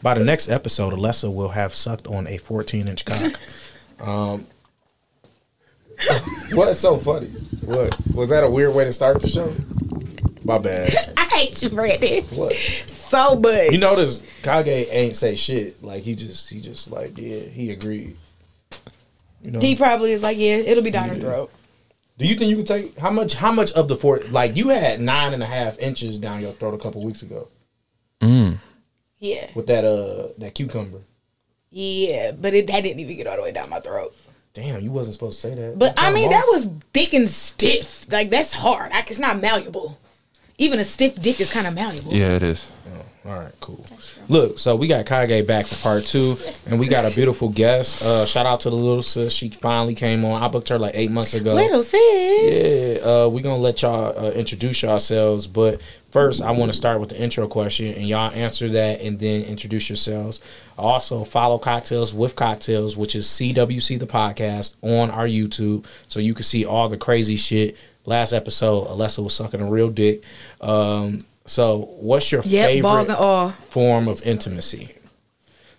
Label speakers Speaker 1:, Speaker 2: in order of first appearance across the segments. Speaker 1: By the next episode, Alessa will have sucked on a 14 inch cock. Um,
Speaker 2: What's so funny? What was that a weird way to start the show? My bad.
Speaker 3: I hate you, Brandon,
Speaker 2: What?
Speaker 3: so much.
Speaker 2: You notice Kage ain't say shit. Like he just he just like yeah he agreed. You know.
Speaker 3: he probably is like, yeah, it'll be down her throat.
Speaker 2: Do you think you could take how much? How much of the four? Like you had nine and a half inches down your throat a couple weeks ago
Speaker 3: Yeah,
Speaker 2: with that uh that cucumber.
Speaker 3: yeah, but it, that didn't even get all the way down my throat.
Speaker 2: Damn, you wasn't supposed to say that.
Speaker 3: But I
Speaker 2: Time
Speaker 3: mean,
Speaker 2: off.
Speaker 3: that was dick and stiff. Like that's hard. Like, it's not malleable. Even a stiff dick is kind of malleable.
Speaker 4: Yeah, it is.
Speaker 2: All right, cool. Look, so we got Kage back for part two, and we got a beautiful guest. Uh, shout out to the little sis. She finally came on. I booked her like eight months ago.
Speaker 3: Little sis.
Speaker 2: Yeah, uh, we're gonna let y'all uh, introduce yourselves, but first I want to start with the intro question, and y'all answer that, and then introduce yourselves. Also, follow Cocktails with Cocktails, which is CWC the podcast on our YouTube, so you can see all the crazy shit. Last episode, Alessa was sucking a real dick. Um, so, what's your
Speaker 3: Yep,
Speaker 2: favorite
Speaker 3: balls and all.
Speaker 2: form of intimacy?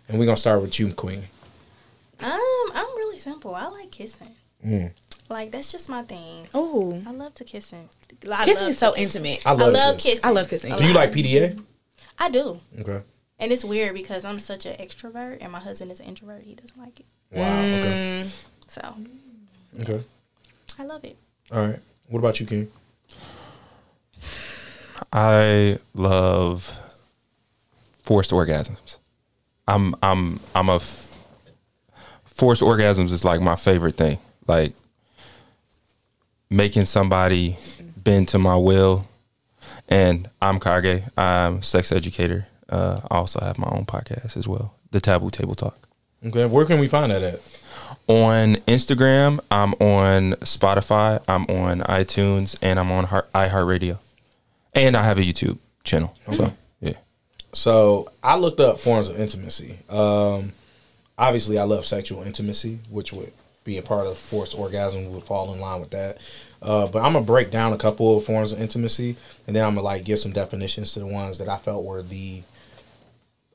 Speaker 2: And we're gonna start with you, Queen.
Speaker 5: Um, I'm really simple. I like kissing.
Speaker 2: Mm.
Speaker 5: Like that's just my thing.
Speaker 3: Oh,
Speaker 5: I love to kissing. I
Speaker 3: kissing
Speaker 5: love
Speaker 3: is so
Speaker 5: to-
Speaker 3: intimate.
Speaker 2: I
Speaker 5: I
Speaker 2: love,
Speaker 5: love
Speaker 2: this.
Speaker 5: kissing.
Speaker 3: I love kissing.
Speaker 2: Do you like PDA?
Speaker 5: I do,
Speaker 2: Okay.
Speaker 5: and it's weird because I'm such an extrovert, and my husband is an introvert. He doesn't like it,
Speaker 2: Wow. Okay.
Speaker 5: so
Speaker 2: Okay.
Speaker 5: I love it.
Speaker 2: All right. What about you, King?
Speaker 4: I love forced orgasms. I'm I'm I'm a f- forced orgasms is like my favorite thing. Like making somebody bend to my will. And I'm Kage. I'm sex educator. Uh, I also have my own podcast as well, The Taboo Table Talk.
Speaker 2: Okay, where can we find that at?
Speaker 4: On Instagram, I'm on Spotify, I'm on iTunes, and I'm on Heart- iHeartRadio. And I have a YouTube channel. So, yeah.
Speaker 2: So I looked up forms of intimacy. Um, obviously, I love sexual intimacy, which would be a part of forced orgasm would fall in line with that. Uh, but I'm gonna break down a couple of forms of intimacy, and then I'm gonna like give some definitions to the ones that I felt were the.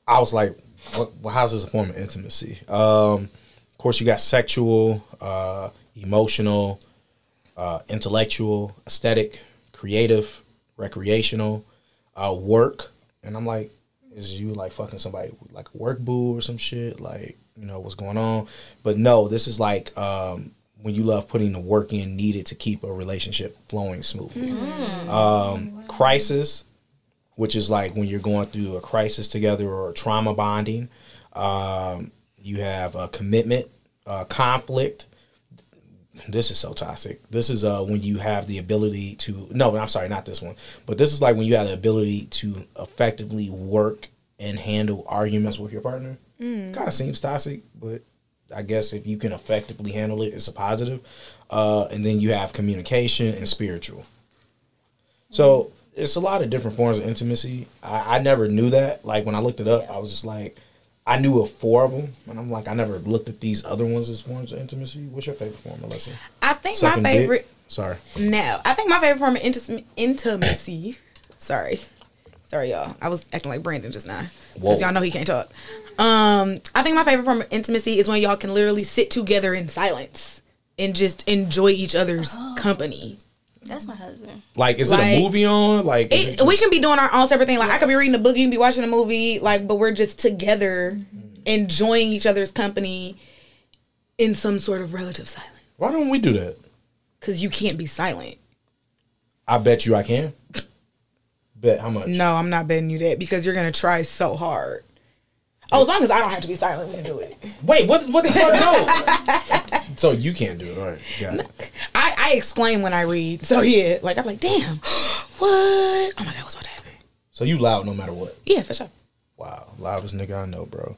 Speaker 2: I was like, what, well, how's this a form of intimacy? Um, of course, you got sexual, uh, emotional, uh, intellectual, aesthetic, creative, recreational, uh, work. And I'm like, is you like fucking somebody with, like a work boo or some shit? Like, you know, what's going on? But no, this is like um, when you love putting the work in needed to keep a relationship flowing smoothly. Um, crisis, which is like when you're going through a crisis together or trauma bonding. Um, you have a commitment, uh, conflict, this is so toxic. This is uh when you have the ability to no, I'm sorry, not this one. But this is like when you have the ability to effectively work and handle arguments with your partner. Kind of seems toxic, but I guess if you can effectively handle it, it's a positive. Uh, and then you have communication and spiritual. So it's a lot of different forms of intimacy. I, I never knew that. Like when I looked it up, I was just like, I knew of four of them, and I'm like, I never looked at these other ones as forms of intimacy. What's your favorite form, Melissa?
Speaker 3: I think my
Speaker 2: Sucking dick?
Speaker 3: favorite.
Speaker 2: Sorry.
Speaker 3: No, I think my favorite form of intis- intimacy. sorry, sorry, y'all. I was acting like Brandon just now
Speaker 2: Whoa.
Speaker 3: because y'all know he can't talk. Um, I think my favorite form of intimacy is when y'all can literally sit together in silence and just enjoy each other's company.
Speaker 5: That's my husband.
Speaker 2: Like, is it
Speaker 3: Like-
Speaker 2: a movie on? Like, is
Speaker 3: It,
Speaker 2: just-
Speaker 3: we can be doing our own separate thing. Like I could be reading a book, you can be watching a movie, like but we're just together,
Speaker 2: Mm-hmm.
Speaker 3: enjoying each other's company in some sort of relative silence.
Speaker 2: Why don't we do that?
Speaker 3: Cause you can't be silent.
Speaker 2: I bet you I can. Bet how much?
Speaker 3: No, I'm not betting you that because you're gonna try so hard. Oh, as long as I don't have to be silent, we can do it.
Speaker 2: Wait, what? What the fuck? No. so you can't do it. All right, got it.
Speaker 3: I, I exclaim when I read. So yeah, like I'm like, damn, what? Oh my god, what's about to happen?
Speaker 2: So you loud no matter what.
Speaker 3: Yeah, for sure.
Speaker 2: Wow, loudest nigga I know, bro.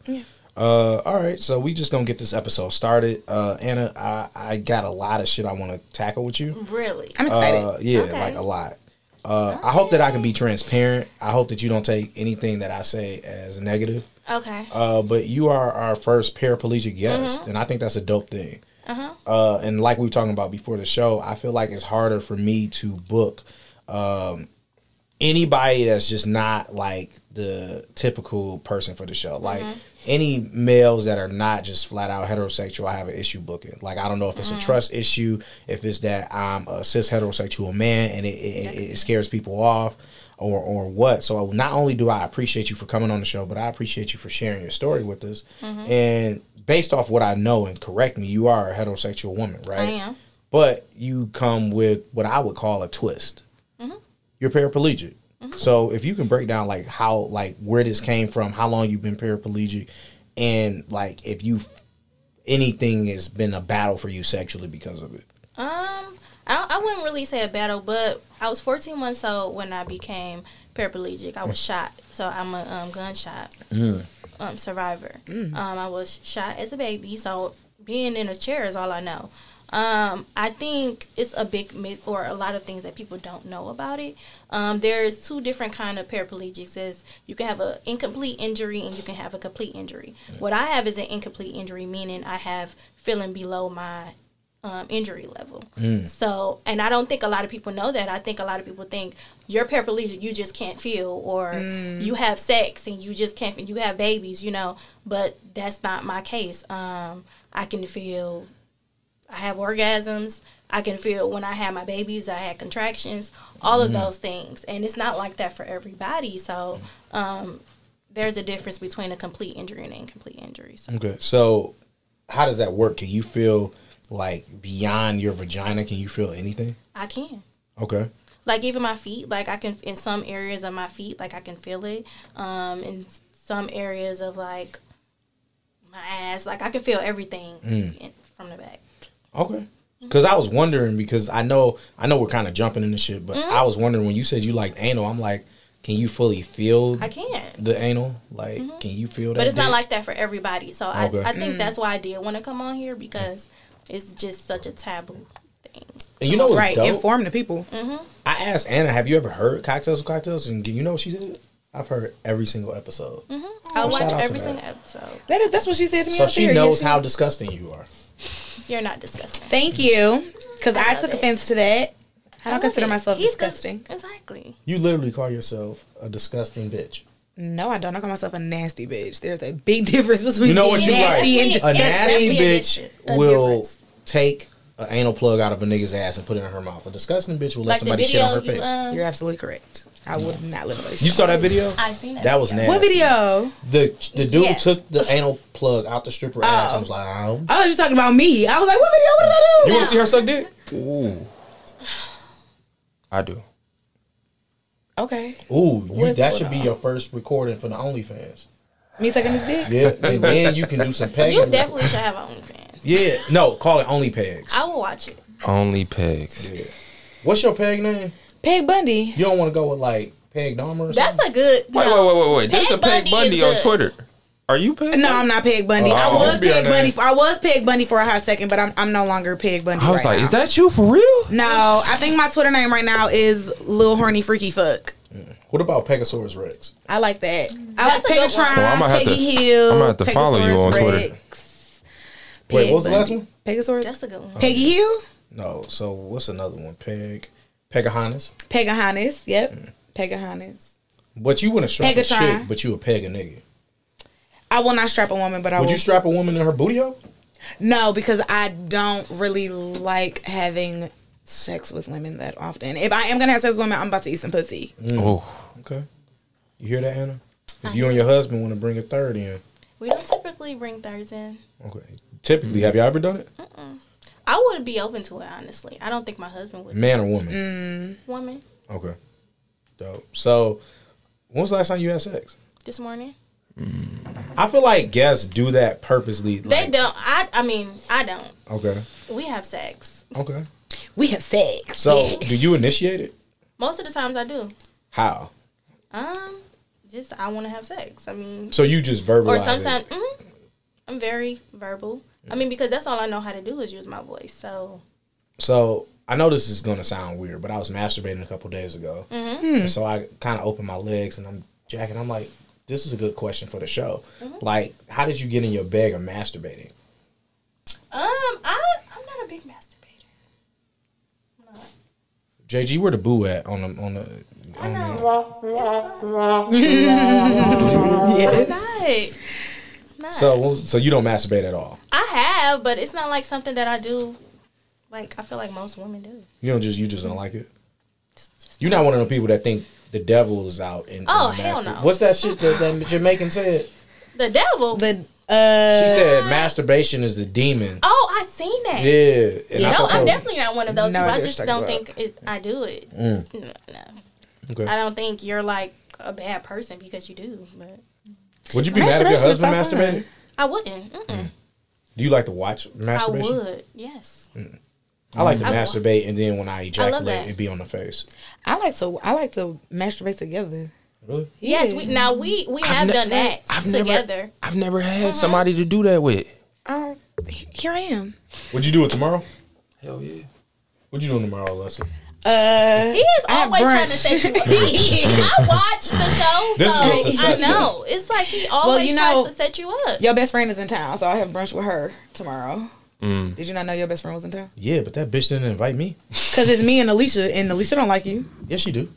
Speaker 2: Uh, all right, so we just gonna get this episode started. Uh, Anna, I, I got a lot of shit I want to tackle with you.
Speaker 5: Really?
Speaker 3: I'm Mm, excited.
Speaker 2: Uh, yeah,
Speaker 5: Okay.
Speaker 2: like a lot. Uh, I hope that I can be transparent. I hope that you don't take anything that I say as negative.
Speaker 5: Okay.
Speaker 2: Uh, but you are our first paraplegic guest, and I think that's a dope thing.
Speaker 5: Uh-huh.
Speaker 2: Uh, and like we were talking about before the show, I feel like it's harder for me to book um, anybody that's just not like the typical person for the show. Like
Speaker 5: Mm-hmm.
Speaker 2: any males that are not just flat out heterosexual, I have an issue booking. Like I don't know if it's
Speaker 5: Mm.
Speaker 2: a trust issue, if it's that I'm a cis heterosexual man and it, it, it, it scares people off. Or, or what? So not only do I appreciate you for coming on the show, but I appreciate you for sharing your story with us.
Speaker 5: Mm-hmm.
Speaker 2: And based off what I know, and correct me, you are a heterosexual woman, right?
Speaker 5: I am.
Speaker 2: but you come with what I would call a twist. You're paraplegic. So if you can break down like how like where this came from, how long you've been paraplegic, and like if you anything has been a battle for you sexually because of it.
Speaker 5: Um, I, I wouldn't really say a battle, but I was 14 months old when I became paraplegic. I was shot, so I'm a um, gunshot um, survivor. Um, I was shot as a baby, so being in a chair is all I know. Um, I think it's a big myth or a lot of things that people don't know about it. Um, there's two different kind of paraplegics. Is you can have an incomplete injury and you can have a complete injury. What I have is an incomplete injury, meaning I have feeling below my um, injury level. So, and I don't think a lot of people know that. I think a lot of people think you're paraplegic, you just can't feel, or you have sex and you just can't, feel, you have babies, you know. But that's not my case. Um, I can feel, I have orgasms. I can feel when I had my babies, I had contractions, all of those things. And it's not like that for everybody. So, um, there's a difference between a complete injury and incomplete injury. So.
Speaker 2: Okay. So how does that work? Can you feel like beyond your vagina? Can you feel anything?
Speaker 5: I can.
Speaker 2: Okay.
Speaker 5: like even my feet like i can in some areas of my feet like i can feel it um in some areas of like my ass like i can feel everything
Speaker 2: Mm.
Speaker 5: in, from the back
Speaker 2: Okay. Cause I was wondering because I know I know we're kind of jumping into shit, but
Speaker 5: Mm-hmm.
Speaker 2: I was wondering when you said you liked anal, I'm like, can you fully feel
Speaker 5: i can
Speaker 2: the anal? Like, can you feel that?
Speaker 5: but it's not
Speaker 2: dick?
Speaker 5: like that for everybody so
Speaker 2: Okay.
Speaker 5: i, I
Speaker 3: Mm.
Speaker 5: think that's why i did want to come on here because it's just such a taboo thing
Speaker 2: And you know what's
Speaker 3: right.
Speaker 2: dope?
Speaker 3: Inform the people.
Speaker 2: I asked Anna, have you ever heard cocktails with cocktails? And you know what she did? I've heard every single episode.
Speaker 3: Mm-hmm.
Speaker 5: i
Speaker 2: shout out
Speaker 5: watch
Speaker 2: to
Speaker 5: every
Speaker 2: that.
Speaker 5: single episode
Speaker 3: That is, that's what she said to me.
Speaker 2: So
Speaker 3: on
Speaker 2: she
Speaker 3: Sirius.
Speaker 2: knows how disgusting you are.
Speaker 5: you're not disgusting
Speaker 3: Thank you, because I,
Speaker 5: love
Speaker 3: took
Speaker 5: it.
Speaker 3: offense to that. I
Speaker 5: I
Speaker 3: don't
Speaker 5: love
Speaker 3: consider
Speaker 5: it.
Speaker 3: myself
Speaker 5: He's the-
Speaker 3: disgusting.
Speaker 5: exactly
Speaker 2: You literally call yourself a disgusting bitch.
Speaker 3: No, I don't. I call myself a nasty bitch. There's a big difference between
Speaker 2: You know what you
Speaker 3: being
Speaker 2: right.
Speaker 3: nasty and
Speaker 5: It's
Speaker 2: A
Speaker 3: disgusting.
Speaker 2: nasty
Speaker 5: definitely a
Speaker 2: bitch
Speaker 5: dis- a
Speaker 2: will
Speaker 5: difference.
Speaker 2: take an anal plug out of a nigga's ass and put it in her mouth. A disgusting bitch will let
Speaker 5: like
Speaker 2: somebody
Speaker 5: the
Speaker 2: shit on
Speaker 5: video
Speaker 2: her face.
Speaker 5: you, um,
Speaker 3: You're absolutely correct. I would not live with
Speaker 2: you saw that video?
Speaker 5: i seen that
Speaker 2: That was
Speaker 5: video.
Speaker 2: nasty.
Speaker 3: What video?
Speaker 2: The the dude
Speaker 5: Yeah. Oh.
Speaker 2: took the anal plug out the stripper ass and was like, I don't.
Speaker 3: I was just talking about me. I was like, what video? What did I do?
Speaker 2: You want to see her suck dick?
Speaker 4: Ooh. I do.
Speaker 3: Okay.
Speaker 2: Ooh, you,
Speaker 3: What's
Speaker 2: that
Speaker 3: going
Speaker 2: should be your first recording for the OnlyFans.
Speaker 3: Me sucking his dick?
Speaker 2: Yeah, and then you can do some pegging.
Speaker 5: you
Speaker 2: with it.
Speaker 5: definitely should have OnlyFans.
Speaker 2: Yeah, no, call it only pegs.
Speaker 5: I will watch it.
Speaker 4: Only pegs.
Speaker 2: Yeah. What's your peg name?
Speaker 3: Peg Bundy.
Speaker 2: You don't want to go with like Peg Dahmer. Or
Speaker 5: That's
Speaker 2: something?
Speaker 5: a good.
Speaker 4: Wait,
Speaker 5: no.
Speaker 4: wait, wait, wait, wait. There's
Speaker 5: Peg
Speaker 4: a Peg
Speaker 5: Bundy
Speaker 4: Bundy
Speaker 5: is
Speaker 4: on
Speaker 5: good.
Speaker 4: Twitter. Are you Peg?
Speaker 3: No, I'm not Peg Bundy.
Speaker 4: Oh,
Speaker 3: I
Speaker 4: I
Speaker 3: was
Speaker 4: won't be on
Speaker 3: Peg
Speaker 4: there.
Speaker 3: Bundy. For, I was Peg Bundy for a hot second, but I'm, I'm no longer Peg Bundy.
Speaker 4: I was
Speaker 3: right
Speaker 4: like,
Speaker 3: now.
Speaker 4: is that you for real?
Speaker 3: No, I think my Twitter name right now is Lil Horny Freaky Fuck.
Speaker 2: What about Pegasaurus Rex?
Speaker 3: I like that. I
Speaker 5: That's
Speaker 3: like
Speaker 5: a good
Speaker 3: Pegatron,
Speaker 5: one.
Speaker 4: Well, Oh, I'm gonna have
Speaker 3: Peggy
Speaker 4: to-
Speaker 3: Hill.
Speaker 4: I'm gonna have to follow you
Speaker 3: Pegasaurus
Speaker 4: on Twitter.
Speaker 2: Wait,
Speaker 3: Rex, Peg
Speaker 2: what was the
Speaker 3: Bundy.
Speaker 2: last one?
Speaker 3: Pegasaurus.
Speaker 5: That's a good one.
Speaker 3: Peggy Hill?
Speaker 2: No, so what's another one? Peg, Pegahontas.
Speaker 3: Pegahontas. Yep. Pegahontas.
Speaker 2: But you wouldn't strap a
Speaker 3: Pegatron.
Speaker 2: chick, but you would peg a nigga.
Speaker 3: I will not strap a woman, but I
Speaker 2: Would
Speaker 3: will.
Speaker 2: you strap a woman in her booty hole?
Speaker 3: no, because I don't really like having sex with women that often. If I am gonna have sex with women, I'm about to eat some pussy.
Speaker 4: Oh,
Speaker 2: Okay. You hear that, Anna? If you and your husband want to bring a third in,
Speaker 5: We don't typically bring thirds in.
Speaker 2: okay. Typically, have y'all ever done it?
Speaker 5: I would be open to it, honestly. I don't think my husband would.
Speaker 2: Man or woman?
Speaker 5: Mm. Woman,
Speaker 2: Okay. Dope. So, when was the last time you had sex?
Speaker 5: this morning.
Speaker 2: I feel like guests do that purposely.
Speaker 5: They
Speaker 2: like-
Speaker 5: don't. I. I mean, I don't.
Speaker 2: Okay.
Speaker 5: We have sex.
Speaker 2: Okay.
Speaker 3: We have sex.
Speaker 2: So, do you initiate it?
Speaker 5: Most of the times, I do.
Speaker 2: How?
Speaker 5: Um, just I want to have sex. I mean,
Speaker 2: So you just verbalize
Speaker 5: or
Speaker 2: it.
Speaker 5: sometimes mm, I'm very verbal. I mean, because that's all I know how to do is use my voice. So
Speaker 2: So I know this is gonna sound weird, but I was masturbating a couple days ago,
Speaker 5: Mm-hmm.
Speaker 2: And so I kind of opened my legs and I'm jacking. I'm like, this is a good question for the show.
Speaker 5: Mm-hmm.
Speaker 2: Like, how did you get in your bag of masturbating?
Speaker 5: um, I I'm not a big masturbator.
Speaker 2: JG, where the boo at on the on the
Speaker 5: I know.
Speaker 3: Yeah.
Speaker 5: Right. Not.
Speaker 2: So what was- so you don't masturbate at all.
Speaker 5: I have, but it's not like something that I do. Like I feel like most women do.
Speaker 2: You don't just you just don't like it.
Speaker 5: It's just-
Speaker 2: You're not one of the people that think the devil is out and
Speaker 5: Oh,
Speaker 2: and
Speaker 5: hell
Speaker 2: masturbate.
Speaker 5: no.
Speaker 2: What's that shit that, that Jamaican said?
Speaker 5: the devil.
Speaker 3: The
Speaker 2: She
Speaker 3: uh,
Speaker 2: said masturbation is the demon.
Speaker 5: oh, I seen that.
Speaker 2: Yeah, and I
Speaker 5: no,
Speaker 2: thought that
Speaker 5: I'm
Speaker 2: was- Mm.
Speaker 5: definitely not one of those
Speaker 3: No, I
Speaker 5: people. I
Speaker 3: just
Speaker 5: just
Speaker 1: checked
Speaker 5: don't
Speaker 1: it out.
Speaker 5: think it, I do it. No, no.
Speaker 2: Okay.
Speaker 5: I don't think you're like a bad person because you do, but
Speaker 2: Would you be mad if your
Speaker 3: Masturbation is
Speaker 2: husband
Speaker 3: so
Speaker 2: masturbated?
Speaker 3: fun.
Speaker 5: I wouldn't. Mm-mm.
Speaker 2: Do you like to watch
Speaker 5: I
Speaker 2: Mm. masturbation?
Speaker 5: would. Yes.
Speaker 2: I like to
Speaker 5: I-
Speaker 2: masturbate, and then when I ejaculate,
Speaker 5: that.
Speaker 2: it be on the face.
Speaker 3: I like to I like to masturbate together.
Speaker 2: Really?
Speaker 5: Yes. We now we we have
Speaker 4: ne-
Speaker 5: done that
Speaker 4: I've never-
Speaker 5: together.
Speaker 4: I've never had somebody to do that with.
Speaker 3: Uh, he- here I am.
Speaker 2: Would you do it tomorrow?
Speaker 4: Hell yeah.
Speaker 2: What you doing tomorrow, Alyssa?
Speaker 3: Uh,
Speaker 5: He is
Speaker 3: I have
Speaker 5: always trying to
Speaker 3: brunch.
Speaker 5: set you up. I watch the show,
Speaker 2: This is your
Speaker 5: so I
Speaker 2: success
Speaker 5: know it's like he always
Speaker 3: you know-
Speaker 5: tries to set you up.
Speaker 3: your best friend is in town, so I have brunch with her tomorrow. Did you not know your best friend was in town?
Speaker 2: Yeah, but that bitch didn't invite me.
Speaker 3: Cause it's me and Alicia, and Alicia don't like you.
Speaker 2: Yes, she do.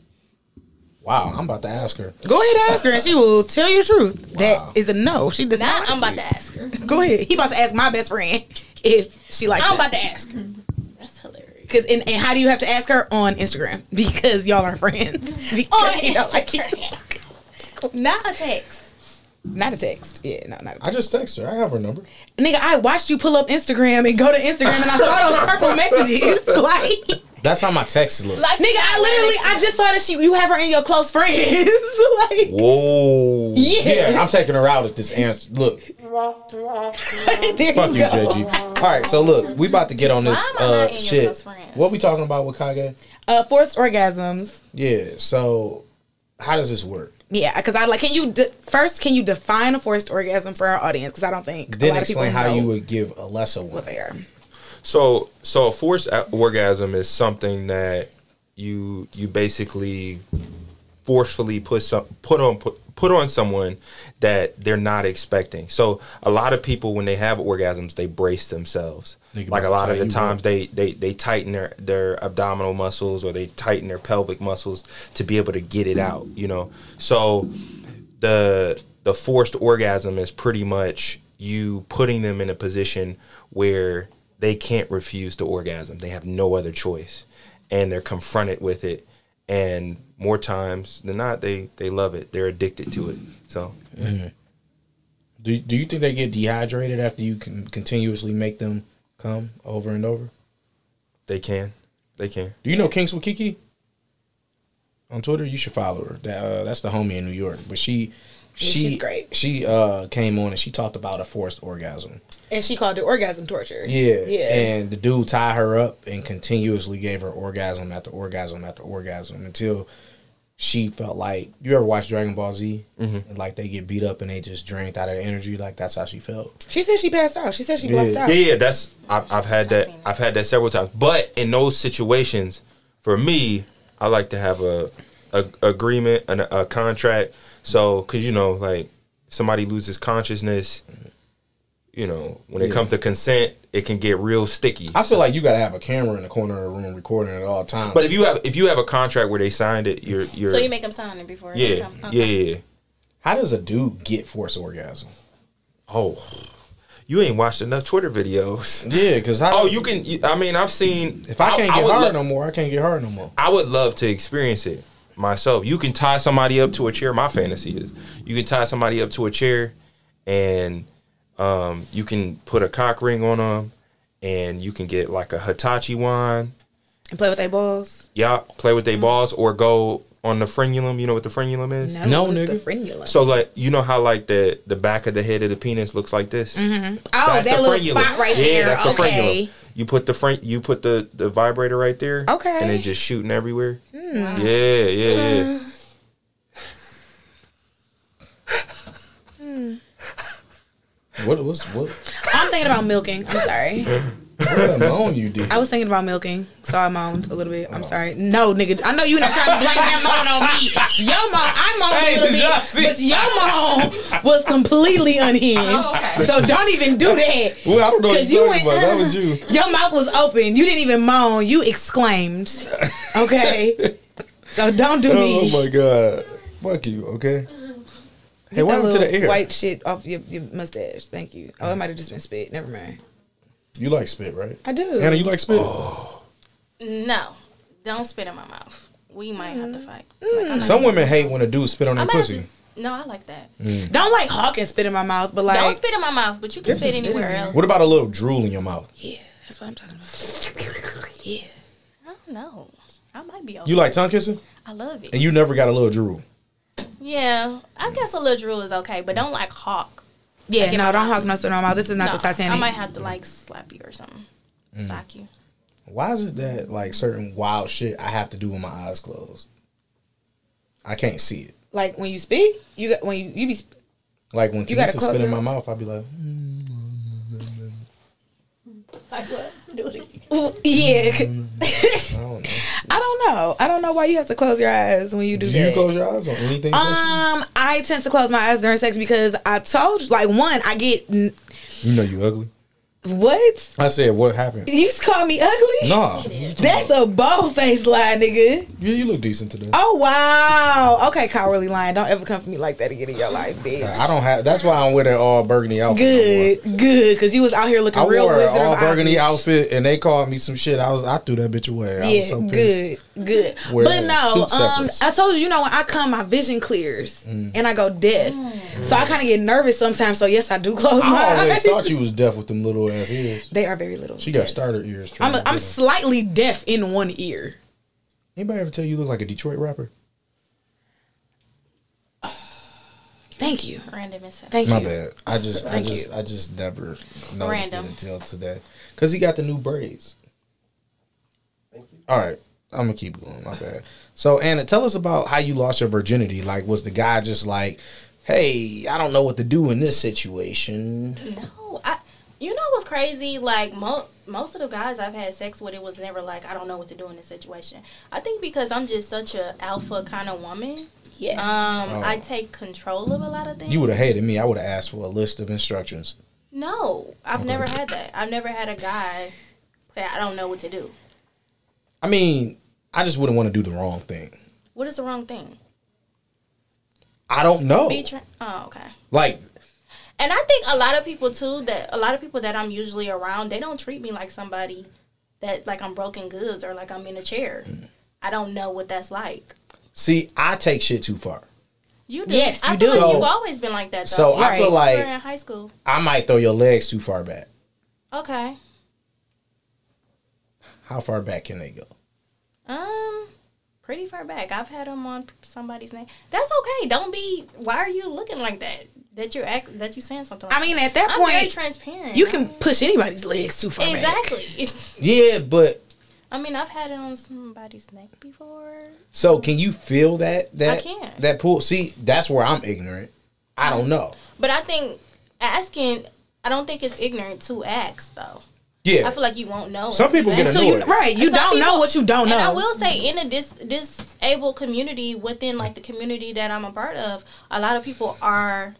Speaker 2: Wow, I'm about to ask her.
Speaker 3: Go ahead, and ask her, and she will tell you the truth. That is a no. She does
Speaker 5: Now
Speaker 3: not.
Speaker 5: I'm about to ask her.
Speaker 3: Go ahead. He about to ask my best friend if she likes.
Speaker 5: I'm
Speaker 3: him.
Speaker 5: about to ask her. That's hilarious.
Speaker 3: Cause and, and how do you have to ask her on Instagram? Because y'all aren't friends. Because
Speaker 5: On
Speaker 3: she don't like you.
Speaker 5: Instagram. Not a text.
Speaker 3: Not a text. Yeah, no, not a
Speaker 2: I just text her. I have her number.
Speaker 3: Nigga, I watched you pull up Instagram and go to Instagram and I saw those purple messages. Like,
Speaker 2: That's how my texts look.
Speaker 5: Like
Speaker 3: nigga, I literally, I just saw that she, you have her in your close friends. like,
Speaker 4: Whoa.
Speaker 3: yeah.
Speaker 2: yeah, I'm taking her out at this answer. Look,
Speaker 3: there
Speaker 2: fuck you,
Speaker 3: you go.
Speaker 2: JG. All right, so look, we about to get on this
Speaker 5: Why am I not in
Speaker 2: uh,
Speaker 5: your
Speaker 2: shit.
Speaker 5: close friends?
Speaker 2: What we talking about with Kage?
Speaker 3: Uh, forced orgasms.
Speaker 2: Yeah, so how does this work?
Speaker 3: Yeah, because I like, can you, de- first, can you define a forced orgasm for our audience? Because I don't think a
Speaker 2: Then
Speaker 3: lot of people
Speaker 2: explain how
Speaker 3: know
Speaker 2: you would give Alyssa one.
Speaker 3: what they are.
Speaker 4: So so a forced a- orgasm is something that you you basically forcefully put some put on put, put on someone that they're not expecting. So a lot of people when they have orgasms, they brace themselves.
Speaker 2: Nigga,
Speaker 4: Like a lot of
Speaker 2: tighten
Speaker 4: the
Speaker 2: you
Speaker 4: times they, they they tighten their their abdominal muscles or they tighten their pelvic muscles to be able to get it out, you know. So the the forced orgasm is pretty much you putting them in a position where they can't refuse the orgasm. They have no other choice, and they're confronted with it. And more times than not, they they love it. They're addicted to it. So
Speaker 2: Do Do you think they get dehydrated after you can continuously make them come over and over?
Speaker 4: they can, they can.
Speaker 2: Do you know Kinks with Kiki? On Twitter, you should follow her. That, uh, that's the homie in New York, but she. She,
Speaker 3: she's great.
Speaker 2: She uh, came on and she talked about a forced orgasm.
Speaker 3: And she called it orgasm torture.
Speaker 2: Yeah.
Speaker 3: Yeah.
Speaker 2: And the dude tied her up and continuously gave her orgasm after orgasm after orgasm until she felt like you ever watch Dragon Ball Z and like they get beat up and they just drained out of their energy. Like that's how she felt.
Speaker 3: she said she passed out. She said she blacked out.
Speaker 4: Yeah, yeah. That's I've, I've had that.
Speaker 5: seen it.
Speaker 4: I've had that several times. But in those situations, for me, I like to have a, a agreement, an, a contract. So, cause you know, like somebody loses consciousness, you know, when it comes to consent, it can get real sticky.
Speaker 2: I feel like you gotta have a camera in the corner of the room recording at all times.
Speaker 4: But if you have if you have a contract where they signed it, you're you're
Speaker 5: So you make them sign it before they
Speaker 4: yeah
Speaker 5: come.
Speaker 4: yeah yeah.
Speaker 2: how does a dude get forced orgasm?
Speaker 4: Oh, you ain't watched enough Twitter videos.
Speaker 2: Yeah, because
Speaker 4: Oh, you can. you- I mean, I've seen.
Speaker 2: If I can't get
Speaker 4: would
Speaker 2: hard
Speaker 4: love-
Speaker 2: no more, I can't get hard no more.
Speaker 4: I would love to experience it myself. You can tie somebody up to a chair. My fantasy is you can tie somebody up to a chair, and um, you can put a cock ring on them, and you can get like a Hitachi wand.
Speaker 3: And play with their balls.
Speaker 4: Y'all play with
Speaker 3: Mm-hmm.
Speaker 4: their balls or go on the frenulum. You know what the frenulum is?
Speaker 2: No,
Speaker 3: what is the
Speaker 2: nigga.
Speaker 3: frenulum?
Speaker 4: So like you know how like the the back of the head of the penis looks like this.
Speaker 3: oh, that little spot right
Speaker 4: yeah,
Speaker 3: there.
Speaker 4: that's the
Speaker 3: okay.
Speaker 4: frenulum. You put the fren- you put the the vibrator right there.
Speaker 3: Okay. Hmm.
Speaker 4: and it just shooting everywhere. Yeah, yeah, yeah.
Speaker 2: What was what?
Speaker 3: I'm thinking about milking. I'm sorry.
Speaker 2: What alone you did?
Speaker 3: I was thinking about milking, so I moaned a little bit. I'm sorry. No, nigga, I know you're not trying to blame that moan on me. Your moan, I moaned
Speaker 2: Hey,
Speaker 3: a little
Speaker 2: did y'all
Speaker 3: bit,
Speaker 2: see-
Speaker 3: but your moan was completely unhinged.
Speaker 5: Oh, okay.
Speaker 3: So don't even do that.
Speaker 2: Well, I don't know what
Speaker 3: Cause
Speaker 2: you're
Speaker 3: you
Speaker 2: talking
Speaker 3: went,
Speaker 2: about. That
Speaker 3: "Ugh."
Speaker 2: was you.
Speaker 3: Your mouth was open. You didn't even moan. You exclaimed. Okay. So don't do
Speaker 2: Oh
Speaker 3: me.
Speaker 2: my god. Fuck you, okay? Hey,
Speaker 3: Get
Speaker 2: what happened
Speaker 3: that
Speaker 2: to
Speaker 3: little
Speaker 2: the ear?
Speaker 3: white shit off your, your mustache. Thank you. Oh, it might have just been spit. Never mind.
Speaker 2: You like spit, right?
Speaker 3: I do.
Speaker 2: Hannah, you like spit?
Speaker 5: No, don't spit in my mouth. We might have to fight. Like, I'm not
Speaker 2: Some women hate when a dude spit on their
Speaker 5: I might have
Speaker 2: Mm. pussy. Mm.
Speaker 5: to- no, I like that.
Speaker 3: Don't like hawk and spit in my mouth, but like
Speaker 5: don't spit in my mouth, but you can
Speaker 3: There's
Speaker 5: spit
Speaker 3: some spit in
Speaker 5: anywhere
Speaker 3: there.
Speaker 5: else.
Speaker 2: What about a little drool in your mouth?
Speaker 3: Yeah, that's what I'm talking about. yeah.
Speaker 5: I don't know. I might be okay.
Speaker 2: You like tongue kissing?
Speaker 5: I love it.
Speaker 2: And you never got a little drool.
Speaker 5: yeah, I guess a little drool is okay, but don't like hawk.
Speaker 3: Yeah,
Speaker 5: get
Speaker 3: no,
Speaker 5: my-
Speaker 3: don't hawk no spit in my mouth. This is not
Speaker 5: No,
Speaker 3: the Titanic.
Speaker 5: I might have to like slap you or something,
Speaker 2: Mm.
Speaker 5: sock you.
Speaker 2: Why is it that like certain wild shit I have to do with my eyes closed? I can't see it.
Speaker 3: like when you speak, you got when you, you be sp-
Speaker 2: Like when
Speaker 3: You gotta
Speaker 2: Tanisha
Speaker 3: close
Speaker 2: spit in
Speaker 3: your-
Speaker 2: my mouth, I'd be like, "Mm,
Speaker 5: Like what? Do it again.
Speaker 3: Ooh, yeah.
Speaker 2: I don't know.
Speaker 3: I don't know. I don't know why you have to close your eyes when you do,
Speaker 2: Do
Speaker 3: that.
Speaker 2: you close your eyes on anything? special?
Speaker 3: um, I tend to close my eyes during sex because I told you, like, one, I get n-
Speaker 2: you know you ugly.
Speaker 3: what
Speaker 2: I said, what happened?
Speaker 3: you just call me ugly.
Speaker 2: Nah,
Speaker 3: that's a bold faced lie, nigga.
Speaker 2: yeah, you look decent today.
Speaker 3: Oh wow. Okay, cowardly lying. Don't ever come for me like that again in your life, bitch.
Speaker 2: I don't have. That's why I'm wearing that all burgundy outfit. no more.
Speaker 3: Good, good, because you was out here looking
Speaker 2: Oh, I wore,
Speaker 3: real
Speaker 2: an
Speaker 3: Wizard
Speaker 2: all
Speaker 3: of
Speaker 2: burgundy
Speaker 3: Oz-ish.
Speaker 2: outfit, and they called me some shit. I was, I threw that bitch away. I
Speaker 3: Yeah,
Speaker 2: was so pissed.
Speaker 3: good, good.
Speaker 2: Whereas
Speaker 3: but no,
Speaker 2: suit
Speaker 3: um,
Speaker 2: separates. Mm.
Speaker 3: I told you, you know, when I come, my vision clears and I go deaf, so I kind of get nervous sometimes. So yes, I do close my
Speaker 2: I always
Speaker 3: eyes.
Speaker 2: thought you was deaf with them little ass ears.
Speaker 3: they are very little.
Speaker 2: She got
Speaker 3: Yes.
Speaker 2: starter ears. trying
Speaker 3: I'm
Speaker 2: to
Speaker 3: a,
Speaker 2: do
Speaker 3: I'm
Speaker 2: them.
Speaker 3: slightly deaf in one ear.
Speaker 2: Anybody ever tell you you look like a Detroit rapper?
Speaker 3: Thank you,
Speaker 5: Random incident.
Speaker 3: thank
Speaker 2: My
Speaker 3: you.
Speaker 2: bad. I just, I
Speaker 3: Thank
Speaker 2: just,
Speaker 3: you.
Speaker 2: I just never noticed
Speaker 5: Random.
Speaker 2: it until today. Cause he got the new braids. All right, I'm gonna keep going. My bad. So Anna, tell us about how you lost your virginity. Like, was the guy just like, "Hey, I don't know what to do in this situation"?
Speaker 5: No, I. You know what's crazy? Like mo- most of the guys I've had sex with, it was never like I don't know what to do in this situation. I think because I'm just such a alpha kind of woman.
Speaker 3: Yes.
Speaker 5: Um,
Speaker 2: Oh.
Speaker 5: I take control of a lot of things.
Speaker 2: You would have hated me. I would have asked for a list of instructions.
Speaker 5: No, I've never had that. I've never had a guy say I don't know what to do.
Speaker 2: I mean, I just wouldn't want to do the wrong thing.
Speaker 5: What is the wrong thing?
Speaker 2: I don't know.
Speaker 5: Be tra- oh, okay.
Speaker 2: Like,
Speaker 5: And I think a lot of people too that a lot of people that I'm usually around, they don't treat me like somebody that like I'm broken goods or like I'm in a chair.
Speaker 2: Mm.
Speaker 5: I don't know what that's like.
Speaker 2: see, I take shit too far.
Speaker 5: You do.
Speaker 3: Yes,
Speaker 5: I
Speaker 3: you
Speaker 5: feel
Speaker 2: do.
Speaker 5: Like
Speaker 2: So-
Speaker 5: you've always been like that. Though.
Speaker 2: So I feel
Speaker 5: You were in
Speaker 2: like
Speaker 5: high school.
Speaker 2: I might throw your legs too far back.
Speaker 5: Okay.
Speaker 2: How far back can they go?
Speaker 5: Um, pretty far back. I've had them on somebody's name. That's okay. Don't be. Why are you looking like that? That you're act. That you saying something. Like
Speaker 3: I mean, at that
Speaker 5: I'm very
Speaker 3: point,
Speaker 5: transparent.
Speaker 3: you can push anybody's legs too far back.
Speaker 5: exactly.
Speaker 2: Yeah, but
Speaker 5: I mean, I've had it on somebody's neck before.
Speaker 2: so can you feel that that
Speaker 5: can.
Speaker 2: that pull? See, that's where I'm ignorant. I don't know.
Speaker 5: But I think asking, I don't think it's ignorant to ask though.
Speaker 2: Yeah,
Speaker 5: I feel like you won't know.
Speaker 2: Some people get
Speaker 3: So
Speaker 5: until you
Speaker 3: you
Speaker 2: Annoyed.
Speaker 3: right, you
Speaker 5: Some
Speaker 3: don't know
Speaker 5: people-
Speaker 3: what you don't know.
Speaker 5: And I will say, in a dis- disabled community, within like the community that I'm a part of, a lot of people are,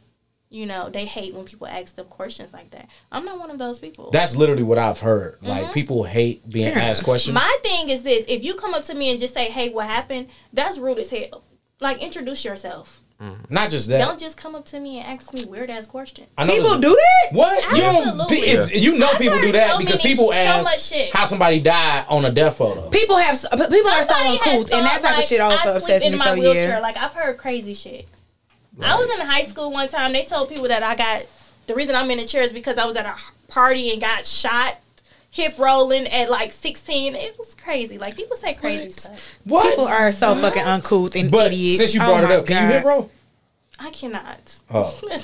Speaker 5: you know, they hate when people ask them questions like that. I'm not one of those people.
Speaker 2: that's literally what I've heard. Like people hate being
Speaker 3: Fair
Speaker 2: asked
Speaker 3: enough.
Speaker 2: questions.
Speaker 5: Mm-hmm. My thing is this: if you come up to me and just say, "Hey, what happened?" That's rude as hell. Like, introduce yourself.
Speaker 2: Not just that.
Speaker 5: Don't just come up to me and ask me weird ass questions.
Speaker 2: I know
Speaker 3: People
Speaker 2: this-
Speaker 3: do that.
Speaker 2: What you don't?
Speaker 5: Absolutely.
Speaker 2: Be, if, you know
Speaker 5: I've
Speaker 2: people do
Speaker 5: heard
Speaker 2: that
Speaker 5: so
Speaker 2: because
Speaker 5: many-
Speaker 2: people
Speaker 5: so much
Speaker 2: ask
Speaker 5: shit.
Speaker 2: how somebody died on a death photo.
Speaker 3: People have s- people are so
Speaker 5: Somebody has
Speaker 3: uncool, and that
Speaker 5: thought,
Speaker 3: type of
Speaker 5: like,
Speaker 3: shit
Speaker 5: I
Speaker 3: also
Speaker 5: sleep
Speaker 3: upsets
Speaker 5: in
Speaker 3: me.
Speaker 5: my
Speaker 3: So
Speaker 5: wheelchair.
Speaker 3: yeah,
Speaker 5: Like I've heard crazy shit. I was in high school one time. They told people that I got the reason I'm in a chair is because I was at a party and got shot, hip rolling at like 16. It was crazy. Like people say crazy stuff.
Speaker 2: What?
Speaker 3: people are so fucking uncouth and
Speaker 2: but
Speaker 3: idiots.
Speaker 2: since you
Speaker 3: Oh
Speaker 2: brought it
Speaker 3: my
Speaker 2: up, can you
Speaker 3: God.
Speaker 2: hit, bro?
Speaker 5: I cannot.
Speaker 2: Oh,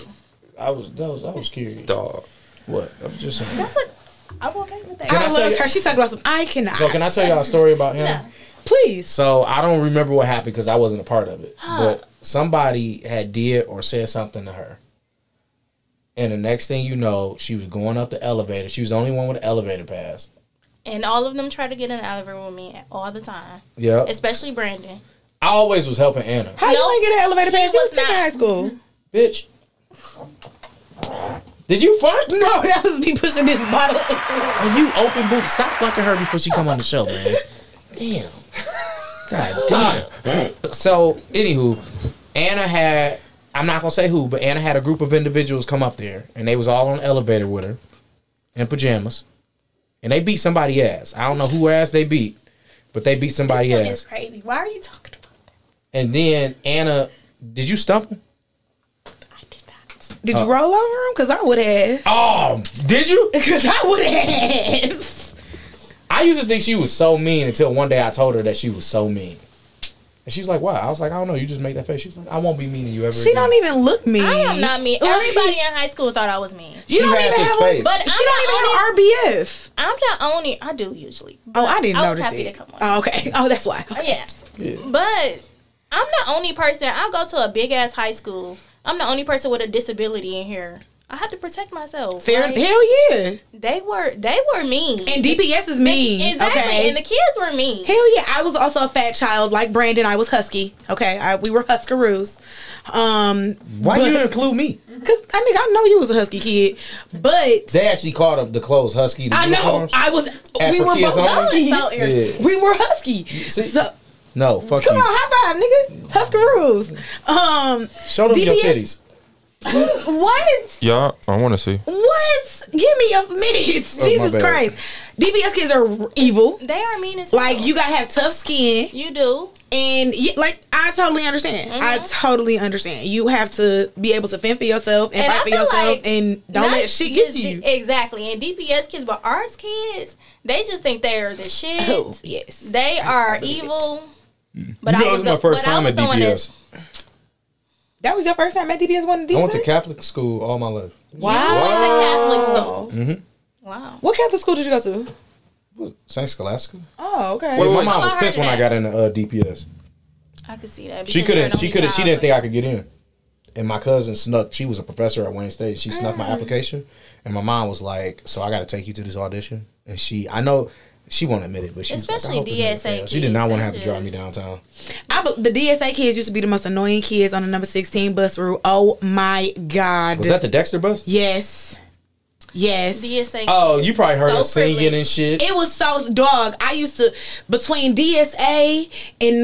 Speaker 2: I was, that was, I was curious.
Speaker 4: Dog.
Speaker 2: What? I'm just saying.
Speaker 5: That's a. I'm okay with that.
Speaker 2: Can I
Speaker 3: I
Speaker 2: tell
Speaker 3: love
Speaker 2: you-
Speaker 3: her. She's talking about some. I cannot.
Speaker 2: So can I tell y'all a story about him?
Speaker 5: No.
Speaker 3: Please.
Speaker 2: So I don't remember what happened because I wasn't a part of it. But somebody had did or said something to her. And the next thing you know, she was going up the elevator. She was the only one with an elevator pass.
Speaker 5: And all of them try to get in the elevator with me all the time,
Speaker 2: Yeah.
Speaker 5: especially Brandon.
Speaker 2: I always was helping Anna.
Speaker 3: How
Speaker 5: No,
Speaker 3: you ain't get an elevator
Speaker 5: he
Speaker 3: pass? You
Speaker 5: was
Speaker 3: was in
Speaker 5: not.
Speaker 3: high school.
Speaker 2: Bitch. Did you fart?
Speaker 3: No, that was me pushing this bottle. into-
Speaker 2: When you open boot, stop fucking her before she come on the show, man. Damn. God damn. so, anywho, Anna had I'm not gonna say who, but Anna had a group of individuals come up there, and they was all on the elevator with her, in pajamas, and they beat somebody ass. I don't know who ass they beat, but they beat somebody
Speaker 5: This one
Speaker 2: ass.
Speaker 5: is crazy. Why are you talking about
Speaker 2: And then Anna, did you stump him?
Speaker 5: that? I did not.
Speaker 3: Did
Speaker 2: Uh.
Speaker 3: you roll over him? Because I would have.
Speaker 2: Oh, did you?
Speaker 3: Because I would have.
Speaker 2: I used to think she was so mean until one day I told her that she was so mean. And she's like, "Why?" I was like, "I don't know. You just make that face." She's like, "I won't be mean to you ever."
Speaker 3: She
Speaker 2: again."
Speaker 3: don't even look mean.
Speaker 5: I am not mean.
Speaker 3: Like,
Speaker 5: Everybody in high school thought I was mean.
Speaker 3: You
Speaker 2: She
Speaker 3: don't
Speaker 2: had
Speaker 3: even
Speaker 2: this
Speaker 3: have.
Speaker 2: face.
Speaker 3: A,
Speaker 5: But
Speaker 3: she
Speaker 5: I'm not
Speaker 3: don't even have RBF.
Speaker 5: I'm not only. I do usually.
Speaker 3: Oh,
Speaker 5: but
Speaker 3: I didn't
Speaker 5: I was
Speaker 3: notice
Speaker 5: happy
Speaker 3: it.
Speaker 5: to come on.
Speaker 3: Oh, okay. Oh, that's why. Okay.
Speaker 5: Yeah. But I'm the only person. I go to a big ass high school. I'm the only person with a disability in here. I have to protect myself.
Speaker 3: Fair.
Speaker 5: Like,
Speaker 3: Hell yeah.
Speaker 5: They were they were mean.
Speaker 3: And DPS is mean.
Speaker 5: Exactly.
Speaker 3: Okay.
Speaker 5: And the kids were mean.
Speaker 3: Hell yeah, I was also a fat child like Brandon. I was husky. Okay, I, we were huskaroos. Um,
Speaker 2: Why you include me?
Speaker 3: cause I mean I know you was a husky kid, but
Speaker 2: They actually called up the clothes husky. the
Speaker 3: I know
Speaker 2: uniforms.
Speaker 3: I was.
Speaker 2: And
Speaker 3: we
Speaker 2: for
Speaker 3: were
Speaker 2: kids
Speaker 3: both
Speaker 2: only?
Speaker 3: husky.
Speaker 5: So irritating.
Speaker 2: Yeah.
Speaker 3: We were husky.
Speaker 2: see-
Speaker 3: so
Speaker 2: No, fuck
Speaker 3: come
Speaker 2: you.
Speaker 3: on, high five, nigga. Huskaroos. Um,
Speaker 2: Show them your
Speaker 3: DPS
Speaker 2: titties.
Speaker 3: what?
Speaker 4: Yeah, I want to see.
Speaker 3: What? Give me a minute.
Speaker 2: Oh, my
Speaker 3: Jesus
Speaker 2: bad.
Speaker 3: Christ. DPS kids are evil.
Speaker 5: They are mean as
Speaker 3: Like
Speaker 5: hell.
Speaker 3: you gotta have tough skin.
Speaker 5: You do.
Speaker 3: And yeah, like I totally understand. I
Speaker 5: Mm-hmm.
Speaker 3: totally understand. You have to be able to fend for yourself and,
Speaker 5: And
Speaker 3: fight
Speaker 5: I
Speaker 3: for
Speaker 5: feel
Speaker 3: yourself
Speaker 5: like
Speaker 3: and don't
Speaker 5: Not
Speaker 3: let shit get
Speaker 5: just
Speaker 3: to you.
Speaker 5: the- Exactly. And DPS kids, but ours kids, they just think they are the shit.
Speaker 3: Oh, yes.
Speaker 5: They are evil.
Speaker 3: Mm-hmm.
Speaker 5: But
Speaker 2: You know,
Speaker 5: I
Speaker 2: this
Speaker 5: was
Speaker 2: is my
Speaker 5: the-
Speaker 2: first
Speaker 5: but I
Speaker 2: time
Speaker 5: was
Speaker 2: at
Speaker 5: the one that's-
Speaker 2: DPS.
Speaker 3: That was your first time at DPS one of these.
Speaker 2: I went to Catholic school all my life.
Speaker 5: Wow. Went to Catholic school.
Speaker 2: Mm-hmm.
Speaker 5: Wow.
Speaker 3: What Catholic school did you go to?
Speaker 2: What, Saint Scholastica.
Speaker 3: Oh, okay.
Speaker 2: Wait, my
Speaker 4: wait.
Speaker 2: mom was
Speaker 5: I heard
Speaker 2: pissed when I
Speaker 5: that.
Speaker 2: got into uh, DPS.
Speaker 5: I could see that.
Speaker 2: She
Speaker 5: because you're an
Speaker 2: couldn't. She
Speaker 5: only
Speaker 2: couldn't. She
Speaker 5: child,
Speaker 2: didn't
Speaker 5: so-
Speaker 2: think I could get in. And my cousin snuck. She was a professor at Wayne State. She snuck
Speaker 5: Mm.
Speaker 2: my application, and my mom was like, "So I got to take you to this audition." And she, I know, she won't admit it, but she
Speaker 5: Especially
Speaker 2: was like, I hope this nigga
Speaker 5: DSA
Speaker 2: fails." She did not
Speaker 5: kids,
Speaker 2: want to
Speaker 5: they
Speaker 2: have to drive me
Speaker 5: just-
Speaker 2: downtown.
Speaker 3: I, be- the DSA kids used to be the most annoying kids on the number sixteen bus route. Oh my god.
Speaker 2: Was that the Dexter bus?
Speaker 3: yes. Yes.
Speaker 5: DSA.
Speaker 2: Oh, you probably heard
Speaker 5: So
Speaker 2: us singing
Speaker 5: privileged.
Speaker 2: and shit.
Speaker 3: It was so dog. I used to between DSA and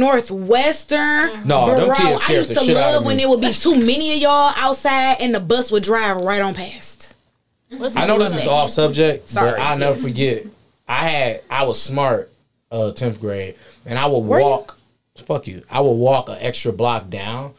Speaker 3: Northwestern.
Speaker 2: No, them kids
Speaker 3: I
Speaker 2: scared
Speaker 3: used
Speaker 2: the
Speaker 3: to
Speaker 2: shit out of
Speaker 3: love when
Speaker 2: me.
Speaker 3: there would be too many of y'all outside and the bus would drive right on past.
Speaker 5: What's
Speaker 2: I know this is off subject,
Speaker 3: Sorry.
Speaker 2: but I'll never forget. I had I was smart, uh, tenth grade, and I would
Speaker 3: you?
Speaker 2: walk. Fuck you! I would walk an extra block down